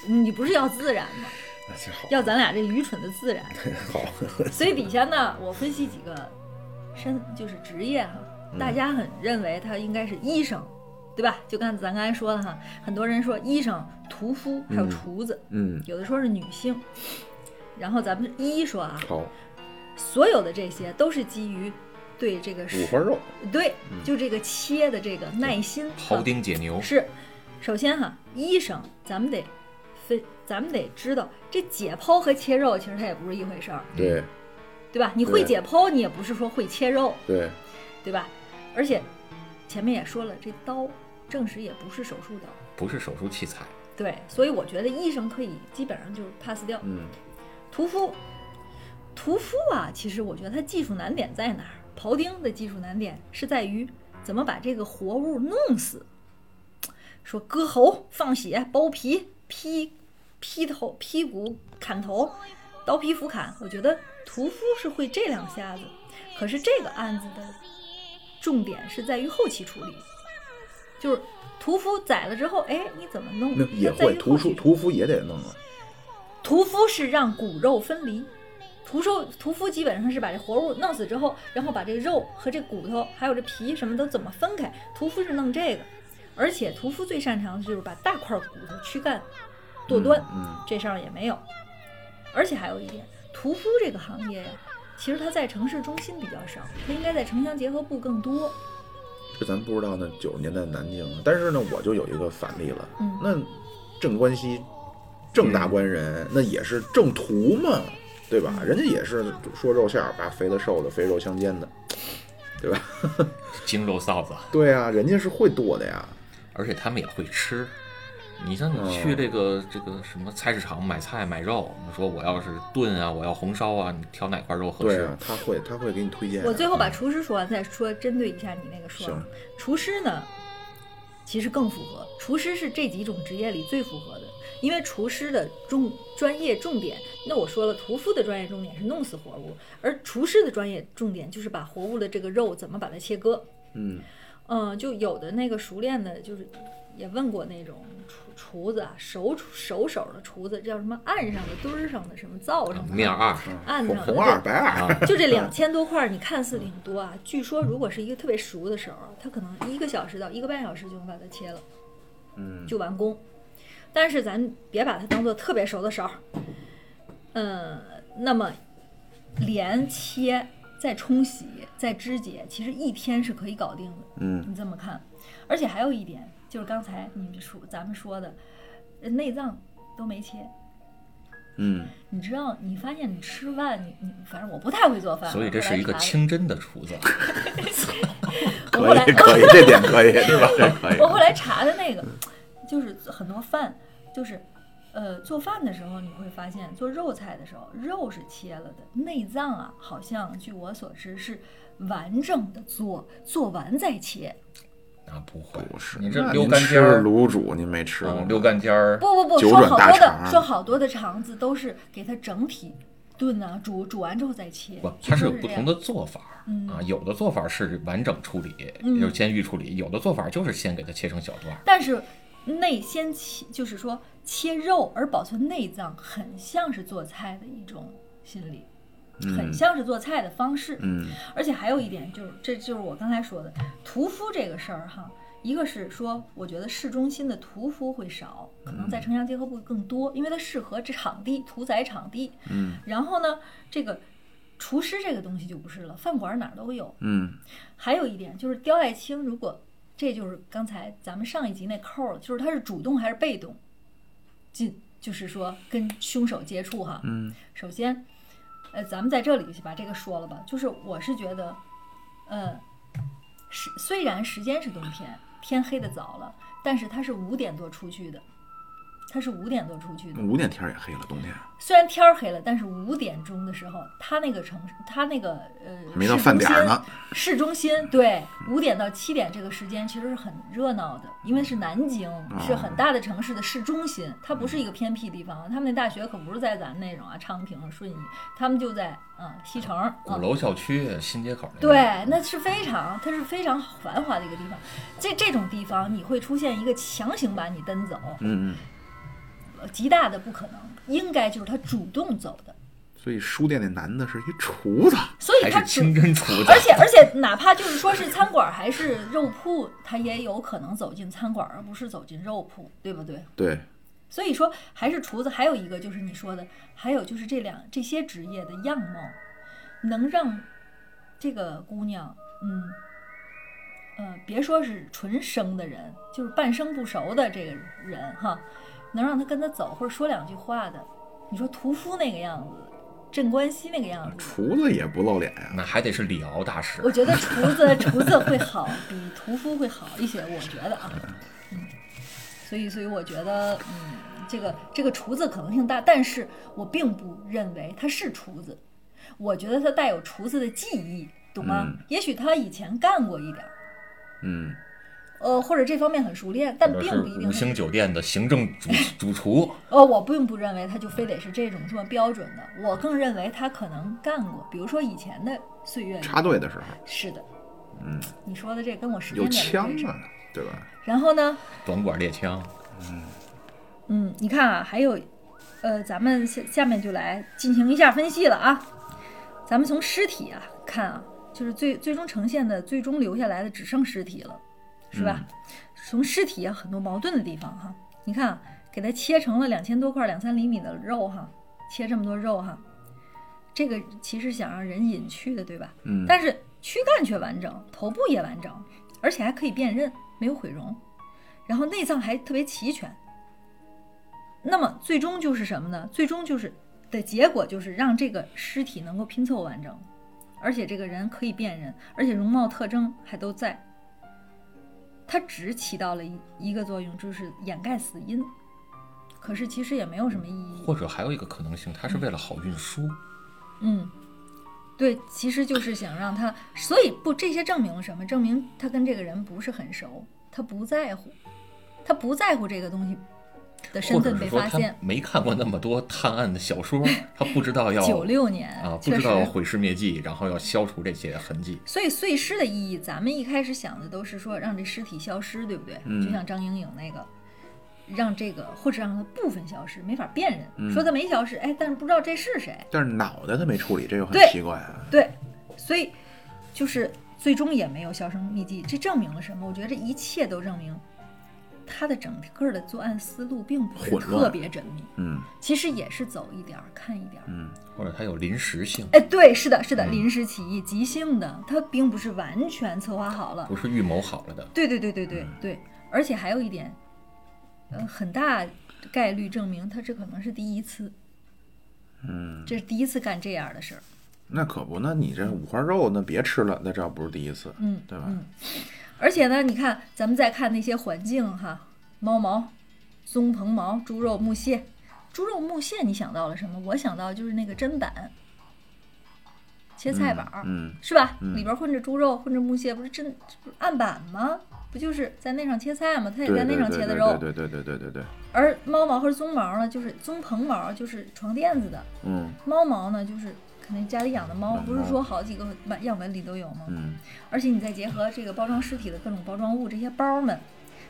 C: 你不是要自然吗？
A: 那就好
C: 要咱俩这愚蠢的自然。
A: 哎好，
C: 所以底下呢，我分析几个身就是职业哈，
A: 嗯
C: 大家很认为他应该是医生，对吧？就刚咱刚才说的哈，很多人说医生、屠夫还有
A: 嗯
C: 厨子，
A: 嗯，
C: 有的说是女性。然后咱们一一说啊，
A: 好，
C: 所有的这些都是基于对这个
A: 五花肉，
C: 对，
A: 嗯
C: 就这个切的这个耐心
D: 庖
C: 啊
D: 丁解牛，
C: 是，首先哈，医生咱们得分，咱们得知道这解剖和切肉其实它也不是一回事
D: 嗯
C: 儿，
A: 对
C: 对吧？你会
A: 对
C: 解剖，你也不是说会切肉，
A: 对，
C: 对吧？而且前面也说了，这刀证实也不是手术刀，
D: 不是手术器材，
C: 对，所以我觉得医生可以基本上就是 pass 掉。
A: 嗯，
C: 屠夫，屠夫啊，其实我觉得他技术难点在哪儿？庖丁的技术难点是在于怎么把这个活物弄死，说割喉、放血、剥皮、劈、劈头、劈骨、砍头、刀劈斧砍。我觉得屠夫是会这两下子，可是这个案子的重点是在于后期处理，就是屠夫宰了之后，哎，你怎么弄
A: 那？也
C: 它在于
A: 会屠
C: 后期
A: 夫
C: 处理
A: 屠夫也得弄啊，
C: 屠夫是让骨肉分离，屠兽屠夫基本上是把这活物弄死之后，然后把这肉和这骨头还有这皮什么都怎么分开，屠夫是弄这个，而且屠夫最擅长的就是把大块骨头躯干剁断，
A: 嗯
C: 这上也没有。而且还有一点，屠夫这个行业呀，其实它在城市中心比较少，它应该在城乡结合部更多。
A: 这咱不知道那九十年代南京啊，但是呢，我就有一个反例了，
C: 嗯
A: 那镇关西郑大官人、那也是郑屠嘛，对吧？
C: 嗯
A: 人家也是说肉馅儿，把肥的、瘦的、肥肉相间的，对吧？
D: 精肉臊子，
A: 对啊，人家是会剁的呀。
D: 而且他们也会吃。你像你去这个、
A: 哦
D: 这个什么菜市场买菜买肉，你说我要是炖啊，我要红烧啊，你挑哪块肉合
A: 对
D: 适？
A: 啊，他会，他会给你推荐。啊
C: 我最后把厨师说完，再说针对一下你那个说
A: 行。
C: 厨师呢，其实更符合，厨师是这几种职业里最符合的，因为厨师的重专业重点，那我说了，屠夫的专业重点是弄死活物，而厨师的专业重点就是把活物的这个肉怎么把它切割。
A: 嗯，
C: 嗯，就有的那个熟练的，就是也问过那种厨厨子啊，熟厨熟手的厨子，叫什么案上的、墩儿上的、什么灶上的、
D: 啊面二，
C: 案
A: 红
C: 上的
A: 啊红
C: 对
A: 二白二，
C: 就这两千多块儿，你看似挺多啊。据说如果是一个特别熟的手儿，他可能一个小时到一个半小时就能把它切了，
A: 嗯，
C: 就完工。但是咱别把它当做特别熟的手儿，嗯，那么连切再冲洗再肢解，其实一天是可以搞定的。
A: 嗯，
C: 你这么看，而且还有一点就是刚才你们说咱们说的，呃内脏都没切。
A: 嗯，
C: 你知道，你发现你吃饭，你你反正我不太会做 饭啊，
D: 所以这
C: 后
D: 是
C: 来
D: 一个
C: 查了
D: 清真的厨子。
C: 我
A: 可
C: 后来
A: 以可以，这点 可以，对吧？这可以
C: 我。后来查的那个，
A: 嗯
C: 就是很多饭，就是，呃，做饭的时候你会发现，做肉菜的时候，肉是切了的，内脏啊，好像据我所知是完整的做，做完再切。
D: 啊，不会，
A: 不是，
D: 你这
A: 那
D: 溜
A: 您
D: 干尖
A: 吃
D: 儿，啊
A: 卤煮您没吃过吗
D: 嗯，溜干尖儿，
C: 不不不，
A: 九
C: 说
A: 转
C: 好
A: 大
C: 多
A: 肠啊
C: 的说好多的肠子都是给它整体炖啊，煮煮完之后再切
D: 不，，
C: 据
D: 它是
C: 说
D: 有
C: 是
D: 不
C: 这
D: 同
C: 样
D: 的做法儿、
C: 嗯
D: 啊，有的做法儿是完整处理，
C: 嗯
D: 就是先预处理；有的做法儿就是先给它切成小段儿。
C: 但是内先切，就是说切肉而保存内脏，很像是做菜的一种心理，很像是做菜的方式。
A: 嗯
C: 而且还有一点就是，这就是我刚才说的屠夫这个事儿哈。一个是说，我觉得市中心的屠夫会少，可能在城乡结合部更多，因为它适合这场地、屠宰场地。
A: 嗯
C: 然后呢，这个厨师这个东西就不是了，饭馆哪儿都有。
A: 嗯
C: 还有一点就是刁爱青，如果这就是刚才咱们上一集那扣儿了，就是他是主动还是被动进，就是说跟凶手接触哈。
A: 嗯
C: 首先，呃，咱们在这里就把这个说了吧，就是我是觉得，呃，是虽然时间是冬天，天黑的早了，但是他是五点多出去的，他是五点多出去的，
A: 嗯，五点天儿也黑了，冬天
C: 虽然天儿黑了，但是五点钟的时候，他那个城市，他那个呃，
A: 没到饭点儿呢
C: 市中心。市中心对，五点到七点这个时间其实是很热闹的，因为是南京，
D: 啊
C: 是很大的城市的市中心，它不是一个偏僻地方。他们那大学可不是在咱那种啊昌平、顺义，他们就在嗯西城。
D: 鼓
C: 嗯
D: 楼校区、新街口那边
C: 对，那是非常，它是非常繁华的一个地方。这这种地方，你会出现一个强行把你蹬走，
A: 嗯嗯，
C: 呃极大的不可能，应该就是他主动走的。
A: 所以书店那男的是一厨子，
C: 所以
D: 还
C: 他
D: 是清
C: 主
D: 真厨子
C: 而。且而且，哪怕就是说是餐馆儿还是肉铺，他也有可能走进餐馆儿，而不是走进肉铺，对不对？
A: 对，
C: 所以说，还是厨子，还有一个就是你说的，还有就是这两这些职业的样貌，能让这个姑娘，嗯，呃，别说是纯生的人，就是半生不熟的这个人哈，能让他跟他走或者说两句话的，你说屠夫那个样子，镇关西那个样子，
A: 厨子也不露脸呀、
D: 那还得是李敖大师
C: 我，觉得厨 子厨子会好，比屠夫会好一些，我觉得啊，嗯，所以所以我觉得，嗯，这个这个厨子可能性大，但是我并不认为他是厨子，我觉得他带有厨子的技艺，懂吗？
A: 嗯
C: 也许他以前干过一点儿，
A: 嗯，
C: 呃，或者这方面很熟练，但
D: 或者
C: 并
D: 是
C: 不一定
D: 五
C: 他
D: 星酒店的行政 主主厨，
C: 呃，我并不认为他就非得是这种这么标准的，我更认为他可能干过，比如说以前的岁月里，
A: 插队的时候
C: 是的，
A: 嗯，
C: 你说的这跟我时间
A: 有
C: 点
A: 枪
C: 对上
A: 啊，对吧？
C: 然后呢，
D: 短管猎枪，
C: 嗯，你看啊，还有，呃，咱们下下面就来进行一下分析了啊。咱们从尸体啊看啊，就是最最终呈现的，最终留下来的只剩尸体了，是吧？从尸体啊很多矛盾的地方哈，你看啊，给它切成了两千多块两三厘米的肉哈，切这么多肉哈，这个其实想让人隐去的，对吧？
A: 嗯，
C: 但是躯干却完整，头部也完整，而且还可以辨认，没有毁容，然后内脏还特别齐全。那么最终就是什么呢？最终就是的结果就是让这个尸体能够拼凑完整，而且这个人可以辨认，而且容貌特征还都在。它只起到了一一个作用，就是掩盖死因，可是其实也没有什么意义。
D: 或者还有一个可能性，它是为了好运输。
C: 嗯，对，其实就是想让他，所以不，这些证明了什么？证明他跟这个人不是很熟，他不在乎，他不在乎这个东西的身
D: 或者
C: 份
D: 是
C: 被
D: 说
C: 发
D: 他
C: 现。
D: 没看过那么多探案的小 说，他不知道要
C: 九六年
D: 啊，不
C: 确
D: 知道要
C: 实。
D: 毁尸灭迹，然后要消除这些痕迹。
C: 所以碎尸的意义，咱们一开始想的都是说让这尸体消失，对不对？
A: 嗯
C: 就像张莹莹那个，让这个或者让它部分消失，没法辨认，
A: 嗯
C: 说它没消失，哎，但是不知道这是谁。
A: 但是脑袋他没处理，这就很
C: 对
A: 奇怪啊。
C: 对，所以就是最终也没有销声匿迹，这证明了什么？我觉得这一切都证明他的整个的作案思路并不是
A: 混乱
C: 特别缜密，
A: 嗯
C: 其实也是走一点儿看一点儿。
A: 嗯
D: 或者它有临时性，
C: 哎，对，是的，是的，
D: 嗯
C: 临时起意、即兴的，他并不是完全策划好了
D: 不。是预谋好了的。
C: 对对对对对
A: 嗯
C: 对，而且还有一点，呃，很大概率证明他这可能是第一次，
A: 嗯，
C: 这是第一次干这样的事儿。
A: 那可不，那你这五花肉那别吃了，那这要不是第一次，
C: 嗯，
A: 对吧？
C: 嗯，而且呢，你看，咱们再看那些环境哈，猫毛、棕蓬毛、猪肉木屑，猪肉木屑，你想到了什么？我想到就是那个砧板，切菜板儿，
A: 嗯
C: 是吧？
A: 嗯
C: 里边混着猪肉，混着木屑，不是砧不是案板吗？不就是在那上切菜吗？它
A: 对
C: 也在
A: 对
C: 那
A: 对
C: 上
A: 对
C: 切
A: 对
C: 的
A: 对
C: 肉，
A: 对对对对对对，
C: 而猫毛和棕毛呢，就是棕蓬毛，就是床垫子的；
A: 嗯
C: 猫毛呢，就是可能家里养的猫，
A: 养
C: 不是
A: 嗯猫
C: 说好几个版样本里都有吗？
A: 嗯
C: 而且你再结合这个包装尸体的各种包装物，这些包们，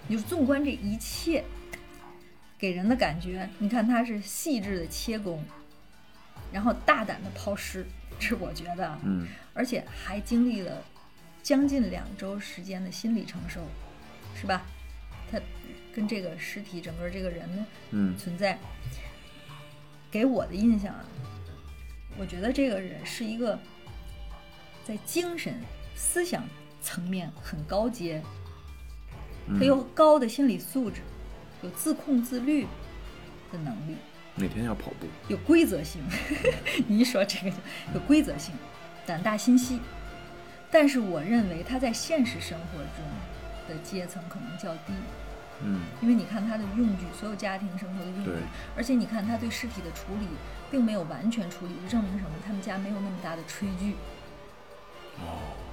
C: 你就纵观这一切，给人的感觉，你看它是细致的切工，然后大胆的抛尸，这是我觉得啊，
A: 嗯，
C: 而且还经历了将近两周时间的心理承受，是吧？它跟这个尸体整个这个人呢
A: 嗯
C: 存在，给我的印象啊，我觉得这个人是一个在精神、思想层面很高阶，
A: 嗯
C: 他有高的心理素质，有自控自律的能力，
A: 每天要跑步，
C: 有规则性。 你一说这个就有规则性，胆大心细。但是我认为他在现实生活中的阶层可能较低，
A: 嗯
C: 因为你看他的用具，所有家庭生活的用具
A: 对，
C: 而且你看他对尸体的处理，并没有完全处理，就证明什么？他们家没有那么大的炊具。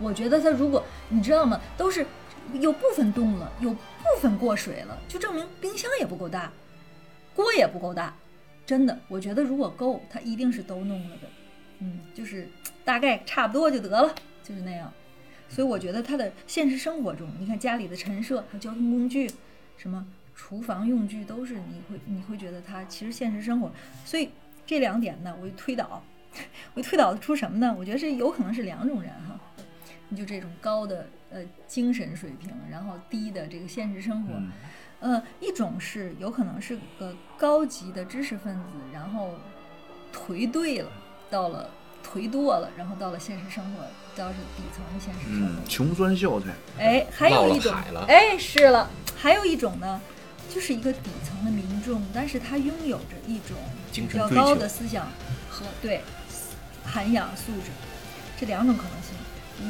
C: 我觉得他如果你知道吗，都是有部分冻了，有部分过水了，就证明冰箱也不够大，锅也不够大。真的，我觉得如果够，他一定是都弄了的。嗯，就是大概差不多就得了，就是那样。所以我觉得他的现实生活中，你看家里的陈设，还有交通工具，什么厨房用具，都是你会你会觉得他其实现实生活，所以这两点呢，我就推导， 我就推导出什么呢？我觉得这有可能是两种人哈，你就这种高的呃精神水平，然后低的这个现实生活，
A: 嗯
C: 呃，一种是有可能是个高级的知识分子，然后颓对了，到了颓堕了，然后到了现实生活，到了底层的现实生活。
A: 嗯，穷酸秀才，
C: 哎，还有一
D: 落
C: 种
D: 了海了，
C: 哎，是了，还有一种呢，就是一个底层的民众，但是他拥有着一种比
D: 精神
C: 较
D: 追求
C: 高的思想和对涵养素质，这两种可能性，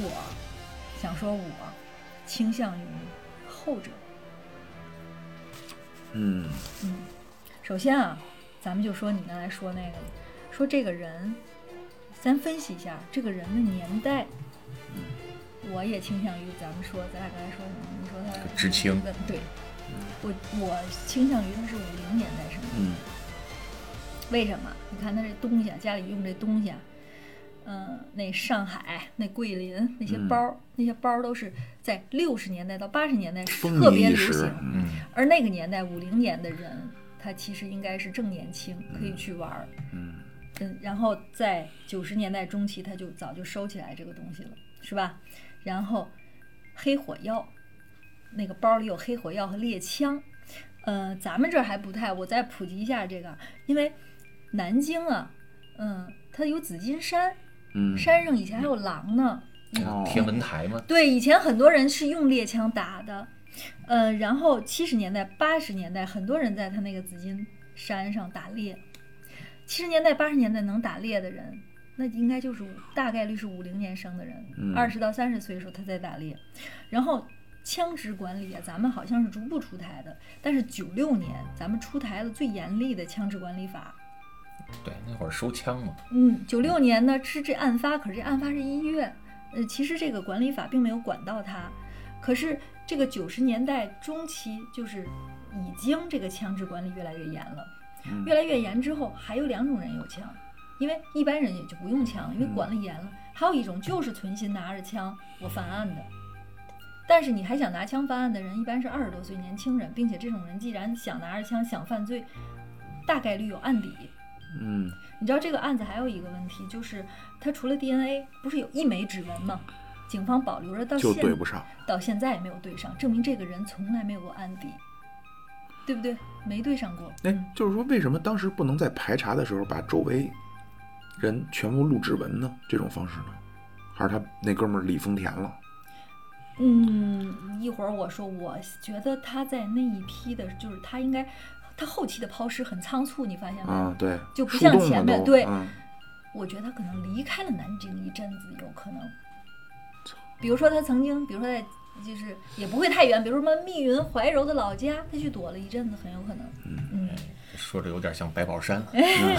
C: 我想说我倾向于后者。
A: 嗯
C: 首先啊，咱们就说你刚才说那个，说这个人，咱分析一下这个人的年代。
A: 嗯
C: 我也倾向于咱们说，咱俩刚才说什么？你说他
D: 知青
C: 问对，我我倾向于他是五零年代生的。
A: 嗯
C: 为什么？你看他这东西啊，家里用这东西啊，嗯、那上海、那桂林那些
A: 嗯
C: 包儿，那些包儿都是在六十年代到八十年代
A: 风
C: 特别
A: 靡一
C: 流
A: 时
C: 行，，
A: 嗯
D: 嗯，
C: 而那个年代五零年的人，他其实应该是正年轻，可以去玩儿。
A: 嗯
C: 嗯，然后在九十年代中期，他就早就收起来这个东西了，是吧？然后黑火药，那个包里有黑火药和猎枪。呃，咱们这儿还不太，我再普及一下这个，因为南京啊，嗯、它有紫金山，
A: 嗯，
C: 山上以前还有狼呢。
A: 哦
D: 天文台嘛，
C: 对，以前很多人是用猎枪打的，呃，然后七十年代、八十年代，很多人在他那个紫金山上打猎。七十年代、八十年代能打猎的人，那应该就是五大概率是五零年生的人，二十、到三十岁的时候他在打猎，然后。枪支管理啊，咱们好像是逐步出台的，但是九六年咱们出台了最严厉的枪支管理法。
D: 对，那会儿收枪嘛，
C: 嗯，九六年呢是这案发，可是这案发是一月，呃，其实这个管理法并没有管到它，可是这个九十年代中期就是已经这个枪支管理越来越严了，越来越严之后，还有两种人有枪，因为一般人也就不用枪，因为管得严了，还有一种就是存心拿着枪我犯案的。但是你还想拿枪犯案的人，一般是二十多岁年轻人，并且这种人既然想拿着枪想犯罪，大概率有案底。
A: 嗯，
C: 你知道这个案子还有一个问题，就是他除了 DNA，不是有一枚指纹吗？警方保留着到
A: 就
C: 现
A: 对不上。
C: 到现在也没有对上，证明这个人从来没有过案底，对不对？没对上过。
A: 哎，就是说，为什么当时不能在排查的时候把周围人全部录指纹呢？这种方式呢？还是他那哥们儿李丰田了？
C: 嗯，一会儿我说，我觉得他在那一批的，就是他应该，他后期的抛尸很仓促，你发现没有？
A: 啊，对，
C: 就不
A: 树
C: 像
A: 洞
C: 前
A: 了
C: 面
A: 都
C: 对
A: 嗯
C: 我觉得他可能离开了南京一阵子，有可能。比如说他曾经，比如说在就是也不会太远，比如说什么密云、怀柔的老家，他去躲了一阵子，很有可能。嗯，
D: 说着有点像白宝山。
C: 哎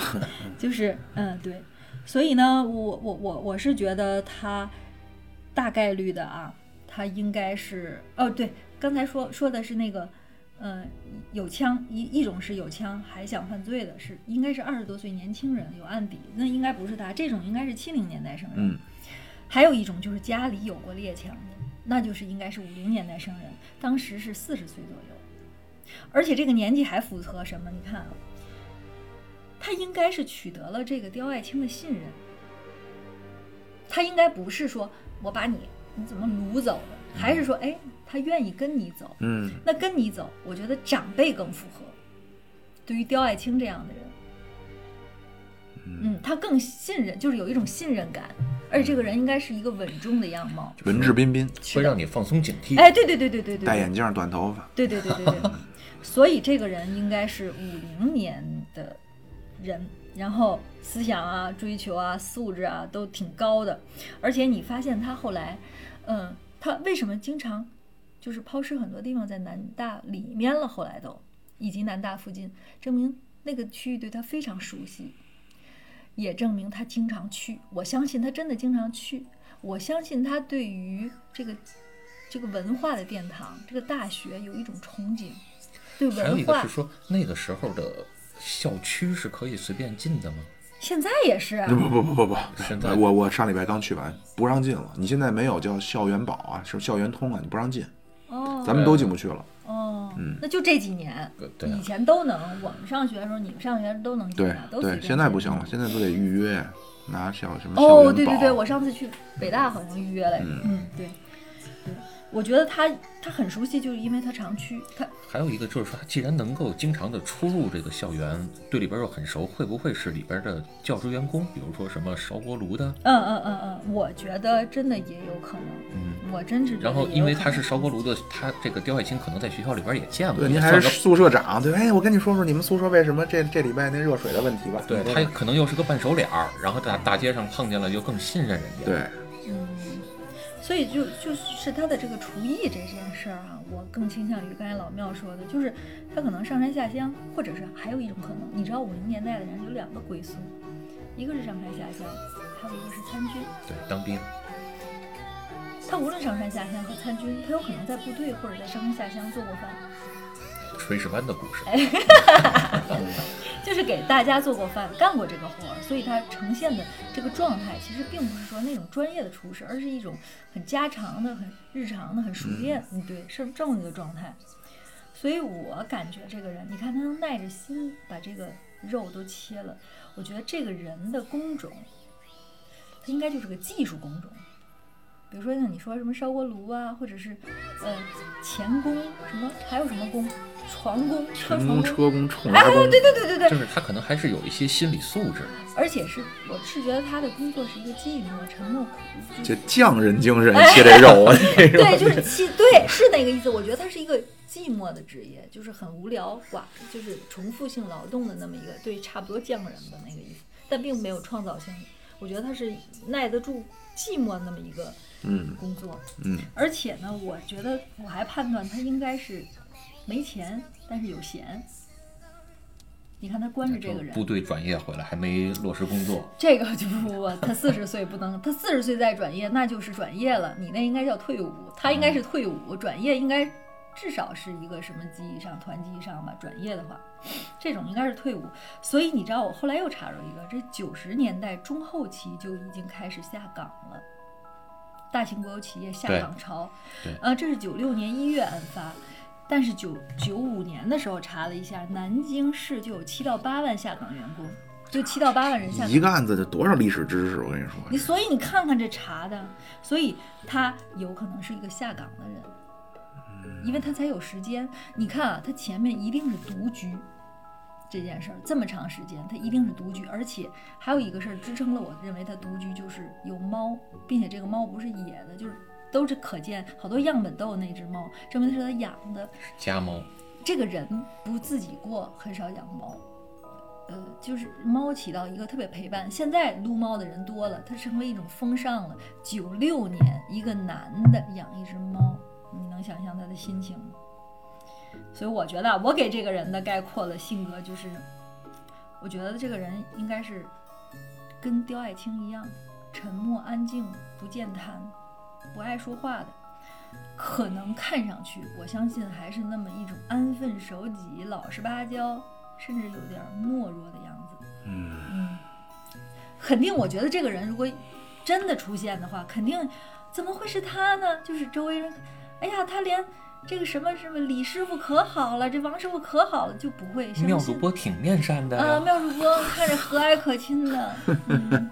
C: 就是嗯对，所以呢，我我我我是觉得他大概率的啊，他应该是哦对，刚才说说的是那个。嗯，有枪一一种是有枪还想犯罪的是，应该是二十多岁年轻人有案底，那应该不是他，这种应该是七零年代生人。
A: 嗯
C: 还有一种就是家里有过猎枪的，那就是应该是五零年代生人，当时是四十岁左右，而且这个年纪还符合什么？你看啊，他应该是取得了这个刁爱青的信任，他应该不是说我把你你怎么掳走的，还是说哎他愿意跟你走，
A: 嗯
C: 那跟你走，我觉得长辈更符合。对于刁爱青这样的人，嗯，他更信任，就是有一种信任感，而且这个人应该是一个稳重的样貌。
A: 文质彬彬，
D: 会让你放松警惕。
C: 哎，对对对对对对，
A: 戴眼镜，短头发。
C: 对对对对对，所以这个人应该是五零年的人，然后思想啊、追求啊、素质啊都挺高的，而且你发现他后来，嗯，他为什么经常就是抛尸很多地方在南大里面了，后来都以及南大附近，证明那个区域对他非常熟悉，也证明他经常去。我相信他真的经常去，我相信他对于这个这个文化的殿堂、这个大学有一种憧憬，对
D: 还有
C: 文
D: 一个
C: 化
D: 是说，那个时候的校区是可以随便进的吗？
C: 现在也是啊。
A: 不不不不不，
D: 现在
A: 我我上礼拜刚去完，不让进了。你现在没有叫校园保啊，是校园通啊，你不让进，
C: 哦
A: 咱们都进不去了。
C: 哦，
A: 嗯
C: 那就这几年，
D: 呃对啊
C: 以前都能，我们上学的时候，你们上学都能进
A: 对
C: 啊，都随
A: 对，
C: 便
A: 现在
C: 进
A: 不行了，现在都得预约，啊拿校什么校园保。啊
C: 哦，对对对，我上次去北大好像预约了，嗯，对，对，我觉得他他很熟悉，就是因为他常去，他
D: 还有一个就是说，他既然能够经常的出入这个校园，对里边又很熟，会不会是里边的教职员工？比如说什么烧锅炉的，
C: 嗯嗯嗯嗯，我觉得真的也有可能，
D: 嗯
C: 我真是觉得
D: 然后
C: 也
D: 因为
C: 有可
D: 他是
C: 能
D: 烧锅炉的，他这个刁爱青可能在学校里边也见过，
A: 对，您
D: 也
A: 还
D: 算个
A: 是宿舍长，对，哎，我跟你说说你们宿舍为什么这这礼拜那热水的问题吧。
D: 对
A: 对
D: 他可能又是个半熟脸儿，然后大大街上碰见了就更信任人家。
A: 对，
C: 嗯，所以就就是他的这个厨艺这件事儿啊，我更倾向于刚才老庙说的，就是他可能上山下乡，或者是还有一种可能，你知道五零年代的人有两个归宿，一个是上山下乡，还有一个是参军。
D: 对，当兵，
C: 他无论上山下乡和参军，他有可能在部队或者在上山下乡做过饭，
D: 炊事班的故
C: 哎
D: 事。
C: 就是给大家做过饭，干过这个活儿，所以他呈现的这个状态，其实并不是说那种专业的厨师，而是一种很家常的、很日常的、很熟练，嗯，对，是这么一个状态。所以我感觉这个人，你看他能耐着心把这个肉都切了，我觉得这个人的工种，他应该就是个技术工种。比如说像你说什么烧锅炉啊，或者是呃钳工什么，还有什么工，床工、车
A: 成
C: 床
A: 功
C: 工，
A: 车工冲拉工，
C: 对对对对对，
D: 就是他可能还是有一些心理素质，
C: 而且是，我是觉得他的工作是一个寂寞、沉默、苦，就哎
A: 这匠人精神切这肉啊，这
C: 对，就是其对，是那个意思。我觉得他是一个寂寞的职业，就是很无聊寡，就是重复性劳动的那么一个，对，差不多匠人的那个意思，但并没有创造性。我觉得他是耐得住寂寞那么一个
A: 嗯
C: 工作，
A: 嗯，
C: 而且呢，我觉得我还判断他应该是没钱，但是有闲。你看他关着这个人，
D: 部队转业回来还没落实工作，
C: 这个就不不，他四十岁不能，他四十岁再转业，那就是转业了。你那应该叫退伍，他应
D: 嗯
C: 该是退伍，转业应该至少是一个什么级以上、团级以上吧。转业的话，这种应该是退伍。所以你知道，我后来又查着一个，这九十年代中后期就已经开始下岗了。大型国有企业下
D: 对
C: 岗潮
D: 对，
C: 呃，这是九六年一月案发，但是九九五年的时候查了一下，南京市就有七到八万下岗员工，就七到八万人下岗。
A: 一个案子就多少历史知识，我跟你说，
C: 哎你所以你看看这查的，所以他有可能是一个下岗的人，因为他才有时间。你看啊，他前面一定是独居这件事儿，这么长时间他一定是独居，而且还有一个事儿支撑了我认为他独居，就是有猫，并且这个猫不是野的，就是都是可见，好多样本都有那只猫，证明是他养的。
D: 家猫
C: 这个人不自己过，很少养猫。呃，就是猫起到一个特别陪伴。现在撸猫的人多了，它成为一种风尚了。九六年，一个男的养一只猫，你能想象他的心情吗？所以我觉得啊，我给这个人的概括了性格就是，我觉得这个人应该是跟刁爱青一样，沉默安静、不健谈、不爱说话的。可能看上去，我相信还是那么一种安分守己、老实巴交，甚至有点懦弱的样子。
A: 嗯，
C: 嗯，肯定，我觉得这个人如果真的出现的话，肯定怎么会是他呢？就是周围人，哎呀，他连这个什么什么李师傅可好了，这王师傅可好了，就不会相
D: 妙主
C: 信。
D: 播挺面善的
C: 啊，
D: 呀。
C: 妙主播看着和蔼可亲的，嗯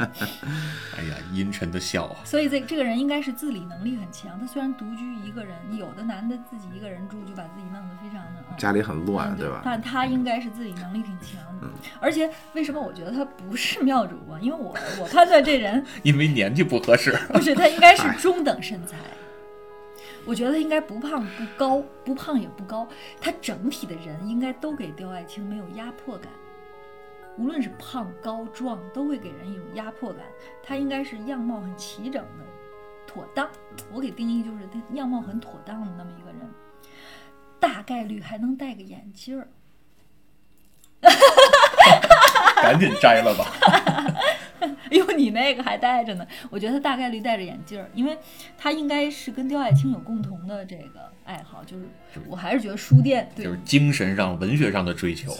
D: 哎呀，阴沉的笑啊！
C: 所以这这个人应该是自理能力很强。他虽然独居一个人，有的男的自己一个人住就把自己弄得非常的啊，
A: 家里很乱，
C: 嗯
A: 对吧？嗯
C: 但他应该是自理能力挺强的，而且为什么我觉得他不是妙主播？因为我我判断这人
D: 因为年纪不合适，
C: 不是他应该是中等身材，我觉得他应该不胖不高，不胖也不高，他整体的人应该都给刁爱青没有压迫感，无论是胖高壮都会给人一种压迫感，他应该是样貌很齐整的，妥当，我给定义就是他样貌很妥当的那么一个人，大概率还能戴个眼镜儿。
D: 赶紧摘了 吧。
C: 哎呦，你那个还戴着呢。我觉得他大概率戴着眼镜儿，因为他应该是跟刁爱青有共同的这个爱好，就是我还是觉得书店对
D: 就是精神上、文学上的追求，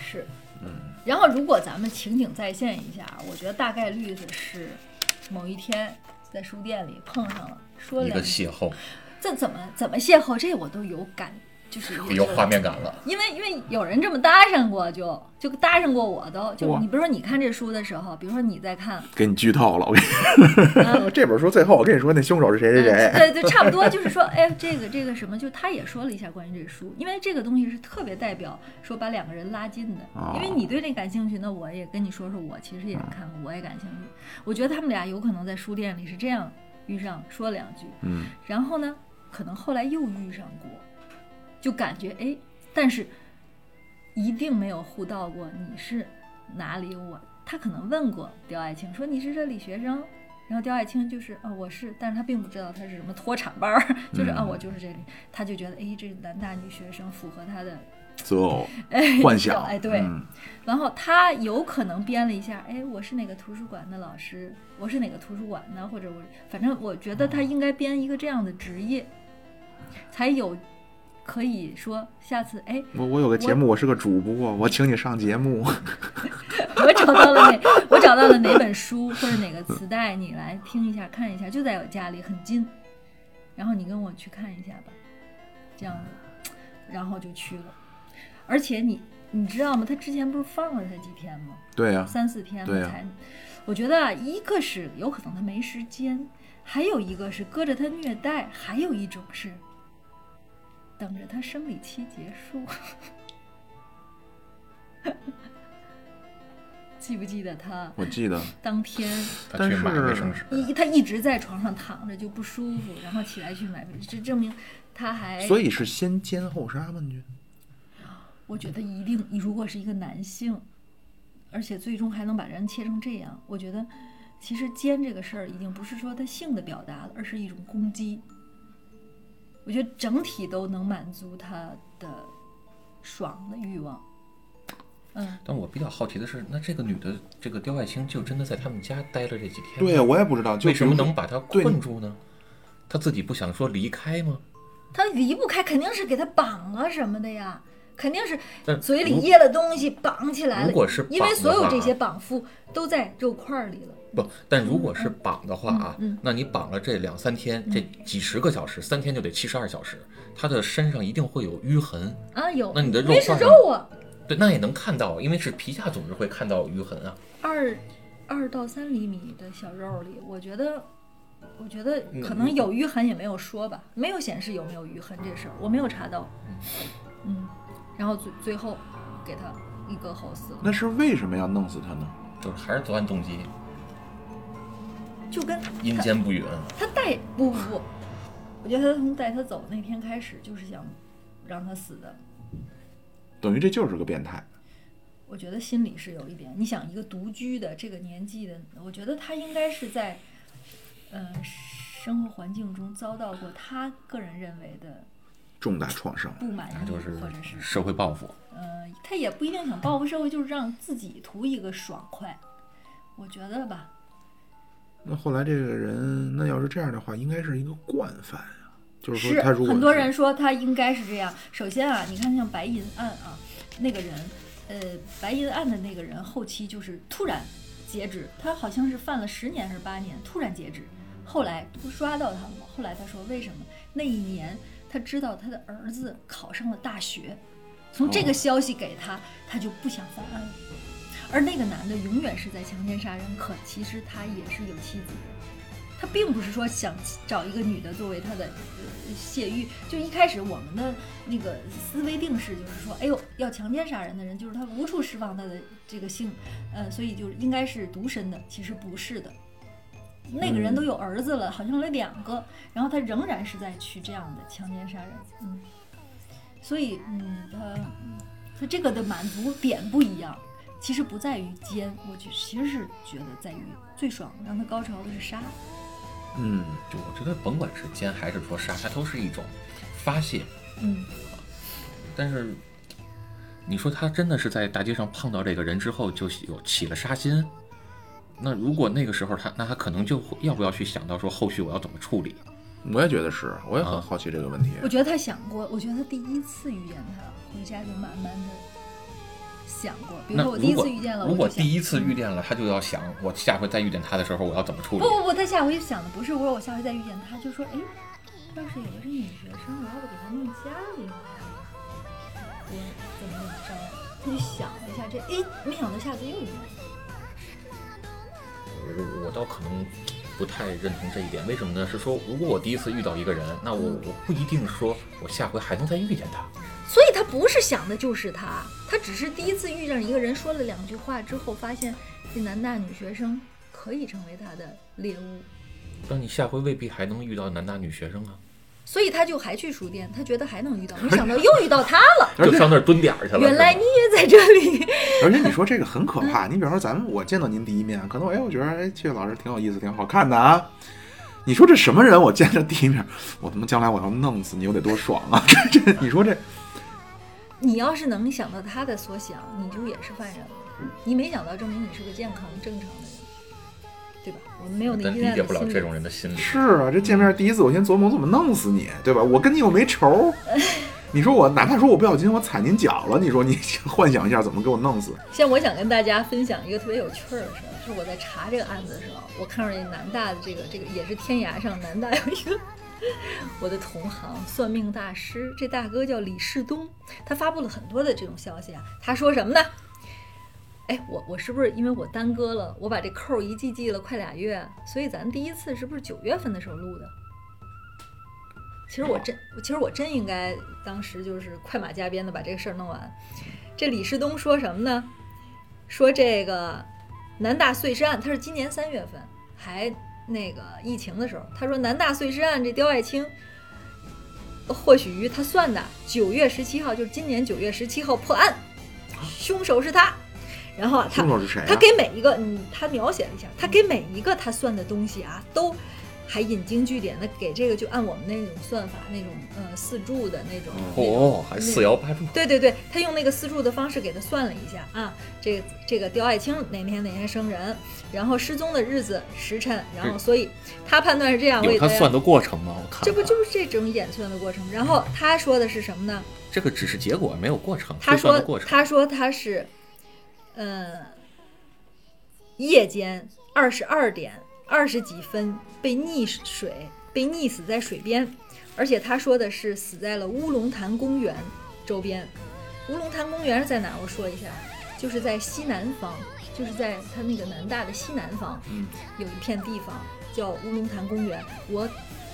C: 是，嗯。然后如果咱们情景再现一下，我觉得大概率的是某一天在书店里碰上了，说
D: 一
C: 两
D: 个
C: 句，
D: 邂逅，
C: 这怎么怎么邂逅，这我都有感，就是有
D: 有
C: 这个
D: 画面感了。
C: 因为因为有人这么搭讪过，就就搭讪过我都，就
A: 哇
C: 你比如说你看这书的时候，比如说你在看，
A: 给你剧透了，我跟你
C: 嗯
A: 说，这本书最后我跟你说，那凶手是谁谁谁。
C: 对对，差不多就是说，哎，这个这个什么，就他也说了一下关于这书，因为这个东西是特别代表说把两个人拉近的，
A: 哦
C: 因为你对这感兴趣，那我也跟你说说我，其实也看过，我也感兴趣。我觉得他们俩有可能在书店里是这样遇上，说两句，
A: 嗯，
C: 然后呢，可能后来又遇上过，就感觉哎，但是一定没有互道过你是哪里我。他可能问过刁爱青说你是这里学生，然后刁爱青就是啊、我是，但是他并不知道他是什么脱产班
A: 嗯
C: 儿， 就是啊、我就是这里，他就觉得哎这男大女学生符合他的
A: 择偶
C: 哎
A: 幻想，
C: 哎对，
A: 嗯
C: 然后他有可能编了一下，哎，我是哪个图书馆的老师，我是哪个图书馆的，或者我反正我觉得他应该编一个这样的职业，才有可以说下次哎，
A: 我我有个节目，我是个主播，我请你上节目。
C: 我找到了哪 我找到了哪本书或者哪个磁带，你来听一下看一下，就在我家里很近，然后你跟我去看一下吧，这样子，然后就去了，而且你你知道吗？他之前不是放了他几天吗？
A: 对啊呀、
C: 三四天
A: 对
C: 了
A: 呀
C: 才。我觉得啊一个是有可能他没时间，还有一个是搁着他虐待，还有一种是等着他生理期结束。 记不记得他
A: 我记得，
C: 当天
D: 他
A: 但
D: 去买
A: 是
D: 卫生纸，
C: 一他一直在床上躺着就不舒服，然后起来去买，这证明他还
A: 所以是先奸后杀吗？你觉得？
C: 我觉得一定，如果是一个男性，而且最终还能把人切成这样，我觉得其实奸这个事儿已经不是说他性的表达了，而是一种攻击。我觉得整体都能满足他的爽的欲望。嗯，
D: 但我比较好奇的是，那这个女的，这个刁爱青就真的在他们家待了这几天吗？
A: 对，我也不知道，就
D: 为什么
A: 比如
D: 能把她
A: 对
D: 困住呢？她自己不想说离开吗？
C: 他离不开，肯定是给他绑了什么的呀，肯定是
D: 但
C: 嘴里
D: 如
C: 噎了东西绑起来了。
D: 如果是
C: 因为
D: 绑的
C: 所有
D: 话
C: 这
D: 啊
C: 些绑缚都在肉块儿里了。
D: 不，但如果是绑的话啊，
C: 嗯嗯嗯嗯
D: 那你绑了这两三天，这几十个小时，三天就得七十二小时，她的身上一定会有淤痕。
C: 啊，有，
D: 那你的
C: 因
D: 肉
C: 为是
D: 块儿
C: 肉啊，
D: 对，那也能看到，因为是皮下组织会看到淤痕啊。
C: 二二到三厘米的小肉里，我觉得，我觉得可能有淤痕也没有说吧，没有显示有没有淤痕这事儿，我没有查到。嗯，然后最最后给他一个吼死了，
A: 那是为什么要弄死他呢？
D: 就是还是作案动机，
C: 就跟
D: 阴
C: 他
D: 间不允啊。
C: 他带不不不，我觉得他从带他走那天开始就是想让他死的。
A: 等于这就是个变态。
C: 我觉得心里是有一点。你想，一个独居的这个年纪的，我觉得他应该是在，呃，生活环境中遭到过他个人认为的
A: 重大创伤，
C: 不满
D: 那
C: 意，
D: 就是
C: 嗯或者是，
D: 社会报复。
C: 呃，他也不一定想报复社会，就是让自己图一个爽快。我觉得吧，
A: 那后来这个人，那要是这样的话，应该是一个惯犯啊。就是
C: 是
A: 说，他如果
C: 很多
A: 是
C: 人说他应该是这样。首先啊，你看像白银案啊，那个人，呃，白银案的那个人后期就是突然截止，他好像是犯了十年还是八年，突然截止，后来不刷到他了吗？后来他说为什么？那一年他知道他的儿子考上了大学，从
A: 哦
C: 这个消息给他，他就不想犯案了。而那个男的永远是在强奸杀人，可其实他也是有妻子的。他并不是说想找一个女的作为他的呃泄欲，就一开始我们的那个思维定式就是说，哎呦，要强奸杀人的人就是他无处释放他的这个性，呃，所以就是应该是独身的，其实不是的。那个人都有儿子了，好像有两个，然后他仍然是在去这样的强奸杀人，嗯，所以嗯，他他这个的满足点不一样，其实不在于奸，我就其实是觉得在于最爽让他高潮的是杀，
A: 嗯，
D: 就我觉得，甭管是奸还是说杀，它都是一种发泄。
C: 嗯，
D: 但是你说他真的是在大街上碰到这个人之后就有起了杀心，那如果那个时候他，那他可能就会要不要去想到说后续我要怎么处理？
A: 我也觉得是，我也很
D: 啊
A: 好奇这个问题。
C: 我觉得他想过，我觉得他第一次遇见他，回家就慢慢的想过，比如
D: 那
C: 嗯说我第
D: 如
C: 一
D: 果
C: 次遇见了，
D: 如
C: 我
D: 果
C: 就想
D: 第一次遇见了，他就要想我下回再遇见他的时候我要怎么处理
C: 嗯不？不不，他下回想的不是我说我下回再遇见他，就说哎，要是有个这女学生，我要不给她弄家里来啊，我怎么怎么着？他就想了一下这，哎，没想到下次又遇见了。
D: 我我倒可能不太认同这一点，为什么呢？是说如果我第一次遇到一个人，那我
C: 嗯
D: 我不一定说我下回还能再遇见他。
C: 所以他不是想的就是他，他只是第一次遇上一个人，说了两句话之后，发现这南大女学生可以成为他的猎物，
D: 但你下回未必还能遇到南大女学生啊，
C: 所以他就还去书店，他觉得还能遇到，没想到又遇到 他了。
A: 而
D: 就
A: 且
D: 上那儿蹲点儿去了。
C: 啊原来
D: 是
C: 你
D: 吧
C: 也在这里，
A: 而哎且你说这个很可
C: 嗯
A: 怕。你比方说咱们，我见到您第一面，可能哎，我觉得哎，这个老师挺有意思，挺好看的啊。你说这什么人？我见着第一面，我他妈将来我要弄死你，我得多爽啊！ 这这，你说这
C: 你要是能想到他的所想，你就也是犯人了。你没想到，证明你是个健康正常的人，对吧？我们没有那
D: 但
C: 依
D: 理
C: 赖
D: 解
C: 的
D: 不了
C: 心理
D: 这种人的心理。
A: 是啊，这见面第一次，我先琢磨我怎么弄死你，对吧？我跟你又没 仇，你说我哪怕说我不小心我踩您脚了，你说你幻想一 下怎么给我弄死？
C: 像我想跟大家分享一个特别有趣儿的事儿，就是我在查这个案子的时候，我看到这南大的这个这个也是天涯上南大有一个我的同行算命大师，这大哥叫李世东，他发布了很多的这种消息啊。他说什么呢？哎，我我是不是因为我耽搁了，我把这扣儿一记记了快俩月，所以咱第一次是不是九月份的时候录的？其实我真，其实我真应该当时就是快马加鞭的把这个事儿弄完。这李世东说什么呢？说这个南大碎尸案，他是今年三月份还那个疫情的时候，他说南大碎尸案这刁爱青。或许于他算的九月十七号，就是今年九月十七号破案，凶手是他。然后啊他
A: 凶手是谁、啊？
C: 他给每一个，嗯，他描写了一下，他给每一个他算的东西啊，都还引经据典的给这个，就按我们那种算法，那种呃四柱的那种。
A: 嗯
C: 那种
D: 哦，还四摇八柱，
C: 对对对，他用那个四柱的方式给他算了一下啊，这个这个刁爱青哪天哪天生人，然后失踪的日子时辰，然后
D: 嗯
C: 所以他判断是这样，我
D: 有
C: 也
D: 他
C: 觉得
D: 算的过程吗？我看
C: 这不
D: 看
C: 就是这种演算的过程？然后他说的是什么呢？
D: 这个只是结果，没有过程。
C: 他
D: 推算
C: 说
D: 的过程，
C: 他说他是，呃，夜间二十二点二十几分被溺水，被溺死在水边，而且他说的是死在了乌龙潭公园周边。乌龙潭公园是在哪儿？我说一下，就是在西南方，就是在他那个南大的西南方，
A: 嗯
C: 有一片地方叫乌龙潭公园。我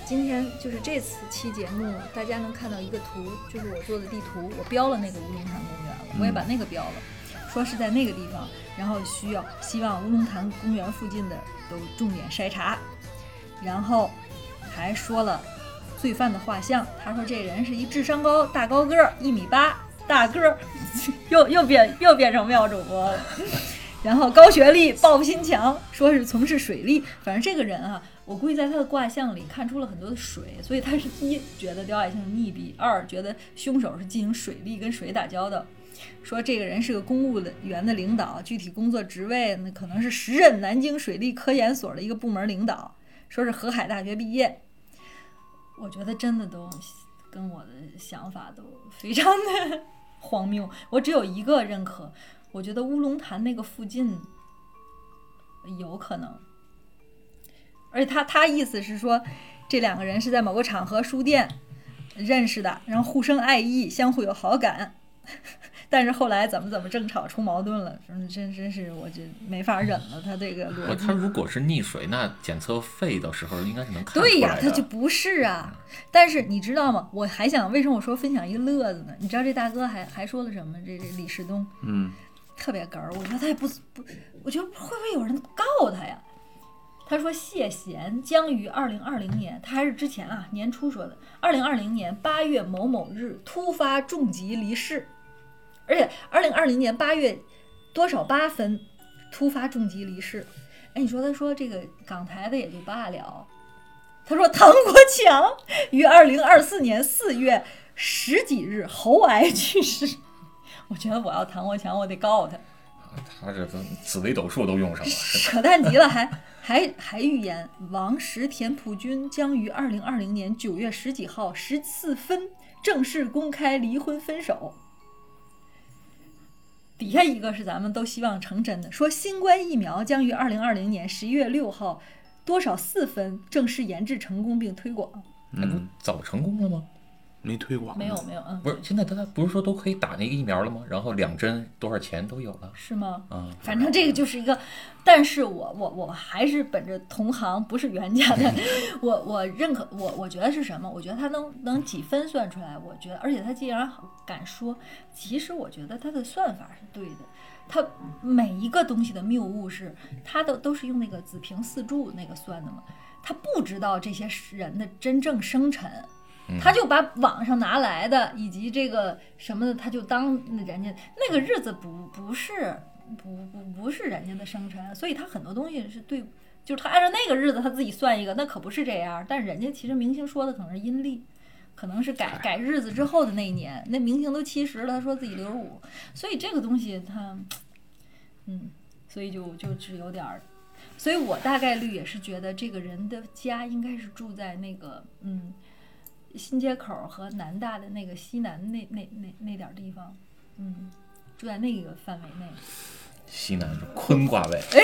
C: 今天就是这次期节目，大家能看到一个图，就是我做的地图，我标了那个乌龙潭公园了，我也把那个标了，说是在那个地方，然后需要希望乌龙潭公园附近的都重点筛查，然后还说了罪犯的画像，他说这人是一智商高、大高个儿，一米八，大个儿， 又又变又变成妙主播了。 然后高学历，报复心强，说是从事水利，反正这个人啊，我估计在他的卦象里看出了很多的水，所以他是一觉得刁爱青是溺毙，二觉得凶手是进行水利跟水打交道。说这个人是个公务的员的领导，具体工作职位呢可能是时任南京水利科研所的一个部门领导，说是河海大学毕业。我觉得真的都跟我的想法都非常的荒谬。我只有一个认可，我觉得乌龙潭那个附近有可能，而且他他意思是说，这两个人是在某个场合书店认识的，然后互生爱意，相互有好感。 但是后来怎么怎么争吵出矛盾了，嗯真真是我这没法忍了，他这个逻
D: 我
C: 辑
D: 哦他。如果是溺水，那检测肺的时候应该是能看出来的。嗯
C: 对呀，他就不是啊。但是你知道吗？我还想，为什么我说分享一个乐子呢？你知道这大哥还还说了什么？这这李世东
A: 嗯，
C: 特别哏儿，我觉得他也不不，我觉得会不会有人告他呀？他说谢贤将于二零二零年，他还是之前啊年初说的，二零二零年八月某某日突发重疾离世，而且二零二零年八月多少八分突发重疾离世。哎，你说他说这个港台的也就罢了，他说唐国强于二零二四年四月十几日喉癌去世。 我觉得我要唐国强，我得告他，
D: 他这都紫微斗数都用上了。
C: 扯淡极了，还 还还预言王石田朴珺将于二零二零年九月十几号十四分正式公开离婚分手。底下一个是咱们都希望成真的，说新冠疫苗将于二零二零年十一月六号多少四分正式研制成功并推广。
D: 那
A: 嗯
D: 不早成功了吗？
A: 没推广，
C: 没有，没有，嗯，
D: 不是，现在大家不是说都可以打那个疫苗了吗？然后两针多少钱都有了
C: 是吗？
D: 啊。
C: 反正这个就是一个，但是我我我还是本着同行不是冤家的，我我认可我我觉得是什么？我觉得他能能几分算出来，我觉得，而且他既然敢说，其实我觉得他的算法是对的。他每一个东西的谬误是，他都都是用那个子平四柱那个算的嘛，他不知道这些人的真正生辰。他就把网上拿来的以及这个什么的，他就当人家那个日子不不是不不不是人家的生辰，所以他很多东西是对，就是他按照那个日子他自己算一个，那可不是这样。但人家其实明星说的可能是阴历，可能是改改日子之后的那一年，那明星都七十了，他说自己六十五，所以这个东西他，嗯，所以就就是有点儿。所以我大概率也是觉得这个人的家应该是住在那个嗯新街口儿和南大的那个西南那那那那点儿地方，嗯，住在那个范围内。
D: 西南是坤卦位，
C: 哎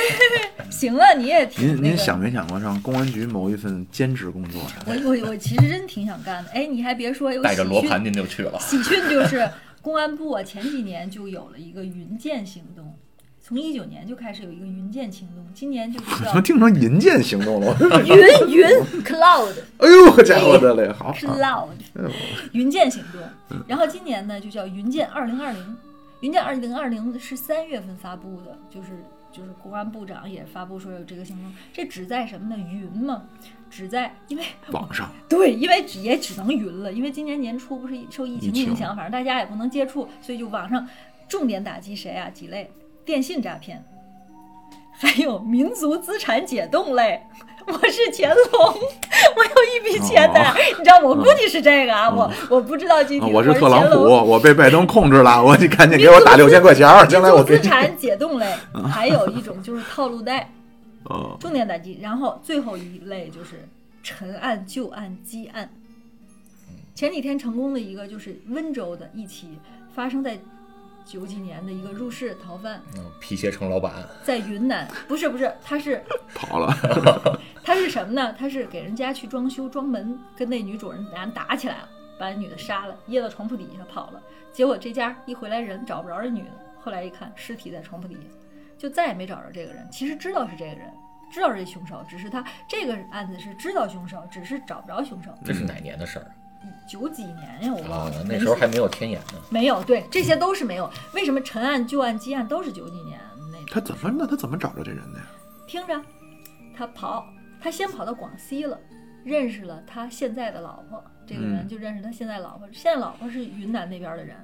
C: 行啊，你也挺、那
A: 您
C: 个、
A: 您想没想过上公安局谋一份兼职工作呀？
C: 我我我其实真挺想干的。哎，你还别说，有
D: 带着
C: 喜
D: 罗
C: 讯
D: 盘您就去了。
C: 喜讯就是公安部啊，前几年就有了一个云剑行动，从一九年就开始有一个云剑行动，今年就是
A: 怎
C: 叫
A: 么听成银剑行动了？
C: 云云 cloud
A: 哎呦，好家伙的嘞，好，好 嗯
C: cloud 云剑行动，然后今年呢就叫云剑二零二零。云剑二零二零是三月份发布的，就是就是公安部长也发布说有这个行动，这旨在什么呢？云嘛，旨在因为
A: 网上
C: 对，因为只也只能云了，因为今年年初不是受疫情
A: 疫情
C: 影响，反正大家也不能接触，所以就网上重点打击谁啊？几类：电信诈骗，还有民族资产解冻类。我是乾隆，我有一笔钱在，
A: 哦
C: 你知道，我估计是这个啊，我我不知道具体。
A: 啊我是
C: 是
A: 特朗
C: 乾
A: 普，
C: 隆
A: 我被拜登控制了，我你赶紧
C: 民
A: 给我
C: 族
A: 打六
C: 资
A: 千块钱儿，将来我
C: 民
A: 给
C: 族资
A: 你。
C: 产解冻类，还有一种就是套路贷，
A: 哦，
C: 重点打击。然后最后一类就是陈案、旧案、积案。前几天成功的一个就是温州的一起发生在九几年的一个入室逃犯，
D: 嗯，皮鞋城老板，
C: 在云南，不是不是，他是
A: 跑了，
C: 他是什么呢？他是给人家去装修装门，跟那女主人俩人打起来了，把那女的杀了，掖到床铺底下跑了。结果这家一回来人找不着这女的，后来一看尸体在床铺底下，就再也没找着这个人。其实知道是这个人，知道是这凶手，只是他这个案子是知道凶手，只是找不着凶手。
A: 嗯
D: 这是哪年的事儿
C: 九几年呀，我忘
D: 啊
C: 了，？
D: 那时候还没有天眼呢。
C: 没有对，这些都是没有。为什么陈案、旧案、积案都是九几年那种？
A: 他怎么那他怎么找着这人的呀？
C: 听着，他跑，他先跑到广西了，认识了他现在的老婆，这个人
A: 嗯
C: 就认识他现在老婆，现在老婆是云南那边的人，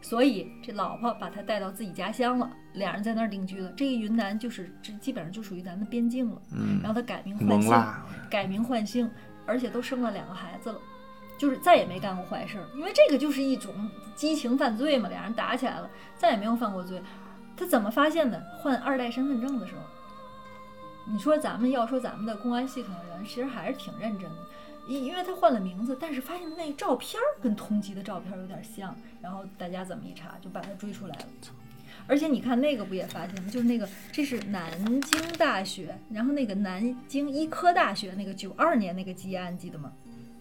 C: 所以这老婆把他带到自己家乡了，俩人在那儿定居了。这个云南就是这基本上就属于咱们边境了，
A: 嗯
C: 然，后他改名换
A: 蒙
C: 姓，
A: 拉，
C: 改名换姓，而且都生了两个孩子了。就是再也没干过坏事儿，因为这个就是一种激情犯罪嘛，俩人打起来了，再也没有犯过罪。他怎么发现的？换二代身份证的时候，你说咱们要说咱们的公安系统的人，其实还是挺认真的，因因为他换了名字，但是发现那个照片儿跟通缉的照片儿有点像，然后大家怎么一查就把他追出来了。而且你看那个不也发现吗？就是那个，这是南京大学，然后那个南京医科大学那个九二年那个积案，记得吗？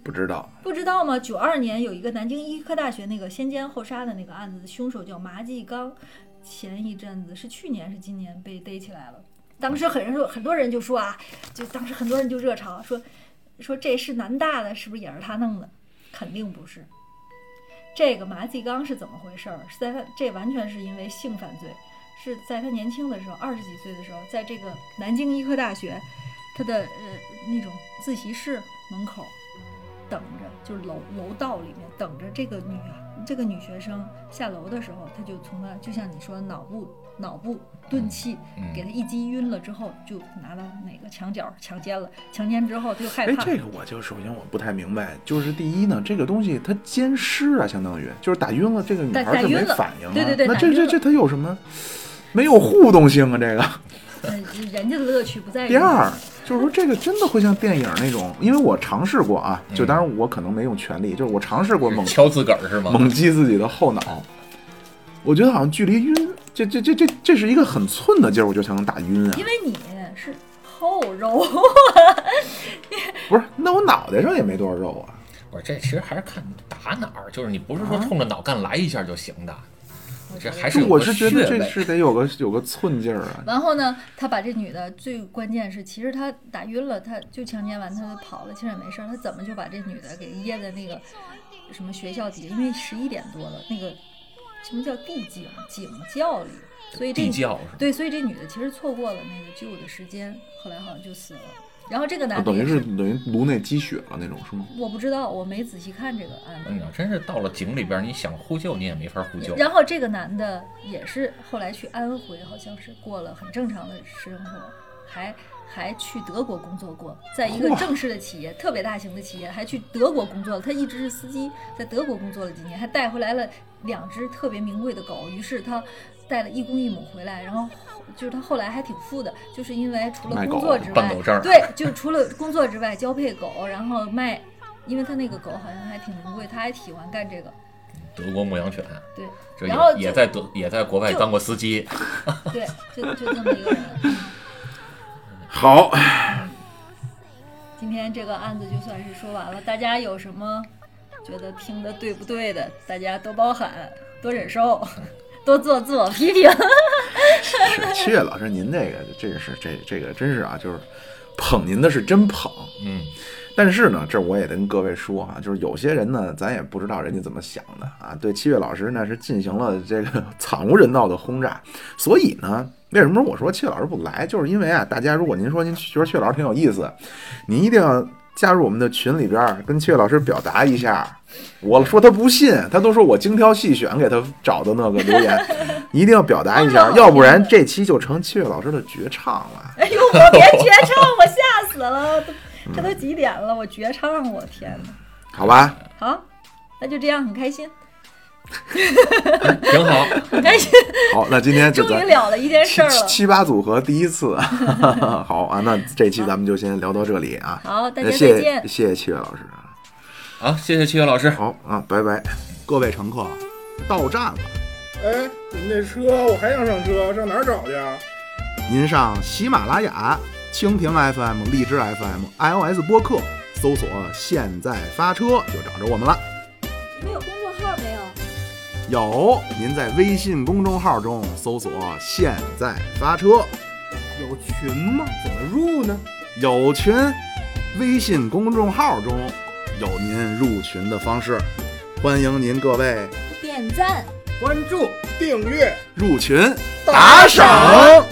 A: 不知道，
C: 不知道吗？九二年有一个南京医科大学那个先奸后杀的那个案子，凶手叫麻继刚，前一阵子是去年是今年被逮起来了。当时很多很多人就说啊，就当时很多人就热潮说，说这是南大的，是不是也是他弄的？肯定不是。这个麻继刚是怎么回事儿？是在他这完全是因为性犯罪，是在他年轻的时候，二十几岁的时候，在这个南京医科大学，他的呃那种自习室门口等着，就是楼楼道里面等着这个女啊这个女学生下楼的时候，他就从她就像你说脑部脑部钝器
D: 嗯
C: 给她一击晕了之后，就拿到哪个墙角强奸了，强奸之后他就害
A: 哎，
C: 怕。
A: 这个我就首先我不太明白，就是第一呢，这个东西它奸尸啊，相当于就是打晕了，这个女
C: 打
A: 孩儿
C: 打
A: 就没
C: 晕了
A: 反应啊。
C: 对对对
A: 那
C: 打
A: 这
C: 晕
A: 这
C: 了
A: 这它有什么？没有互动性啊，这个。
C: 嗯，人家的乐趣不在于
A: 第二，就是说这个真的会像电影那种，因为我尝试过啊，就
D: 嗯
A: 当然我可能没用全力，就是我尝试过猛
D: 敲自个儿是吗？哦
A: 猛击自己的后脑，我觉得好像距离晕，这这这这这是一个很寸的劲儿，我就才能打晕啊
C: 因。为你是厚肉，
A: 不是，那我脑袋上也没多少肉啊。
D: 不是，这其实还是看你打哪儿，就是你不是说
C: 啊
D: 冲着脑干来一下就行的， 这还是有
A: 我
D: 个
A: 是觉得
D: 穴
A: 这
D: 位
A: 是得有个有个寸劲儿啊。
C: 然后呢，他把这女的最关键是，其实他打晕了，他就强奸完，他就跑了，其实也没事儿。他怎么就把这女的给掖在那个什么学校底下？因为十一点多了，那个什么叫地警警校里，所以这
D: 地窖是吧？
C: 对，所以这女的其实错过了那个救的时间，后来好像就死了。然后这个男
A: 啊
C: 的
A: 等于
C: 也
A: 是等于颅内积血了那种，是吗？
C: 我不知道，我没仔细看这个案子。
D: 你要真是到了井里边儿，你想呼救你也没法呼救。
C: 然后这个男的也是后来去安徽，好像是过了很正常的生活，还还去德国工作过，在一个
A: 哇
C: 正式的企业，特别大型的企业，还去德国工作了。他一直是司机，在德国工作了几年，还带回来了两只特别名贵的狗。于是他带了一公一母回来，然后就是他后来还挺富的，就是因为除了
A: 卖
C: 工
A: 狗
C: 作之
D: 办
C: 外
D: 狗证儿，
C: 对，就除了工作之外交配狗，然后卖，因为他那个狗好像还挺名贵，他还喜欢干这个。
D: 德国牧羊犬，
C: 对，
D: 这
C: 然后
D: 也也
C: 就
D: 在德也在国外
C: 就
D: 当过司机。
C: 对，就就这么一个人。
A: 好，
C: 今天这个案子就算是说完了，大家有什么觉得听的对不对的，大家多包涵，多忍受， 多做自我批评。
A: 是七月老师，您这个这个是这这个真是啊，就是捧您的是真捧，
D: 嗯，
A: 但是呢，这我也得跟各位说啊，就是有些人呢，咱也不知道人家怎么想的啊，对七月老师呢是进行了这个惨无人道的轰炸，所以呢。为什么我说七月老师不来？就是因为啊，大家如果您说您觉得七月老师挺有意思，您一定要加入我们的群里边儿，跟七月老师表达一下。我说他不信，他都说我精挑细选给他找的那个留言， 一定要表达一下，要不然这期就成七月老师的绝唱了。
C: 哎呦，我别绝唱，我吓死了！都
A: 嗯
C: 这都几点了，我绝唱，我天哪！
A: 好吧，
C: 好，那就这样，很 开心，
A: 嗯
D: 挺好。
C: 很开心，
A: 好，那今天就
C: 终
A: 咱
C: 于了了一件事
A: 七
C: 儿
A: 七
C: 了。
A: 七八组合第一 次， 好啊，那这期咱们就先聊到这里啊。
C: 好，大家
A: 那
C: 再
A: 谢
C: 见
A: 谢。谢七月老师啊。
D: 好，谢谢七月老师。
A: 好啊，拜拜，各位乘客，到站了。
F: 哎，你们这车我还想上车，上哪儿找去啊？
A: 您上喜马拉雅、蜻蜓 FM、荔枝 FM、iOS 播客搜索“现在发车”就找着我们了。
C: 你们有公众号没有？
A: 有，您在微信公众号中搜索“现在发车
F: 有群吗？怎么入呢？”，
A: 有群，微信公众号中有您入群的方式，欢迎您各位
C: 点赞。
F: 关注、订阅。
A: 入群
F: 打赏。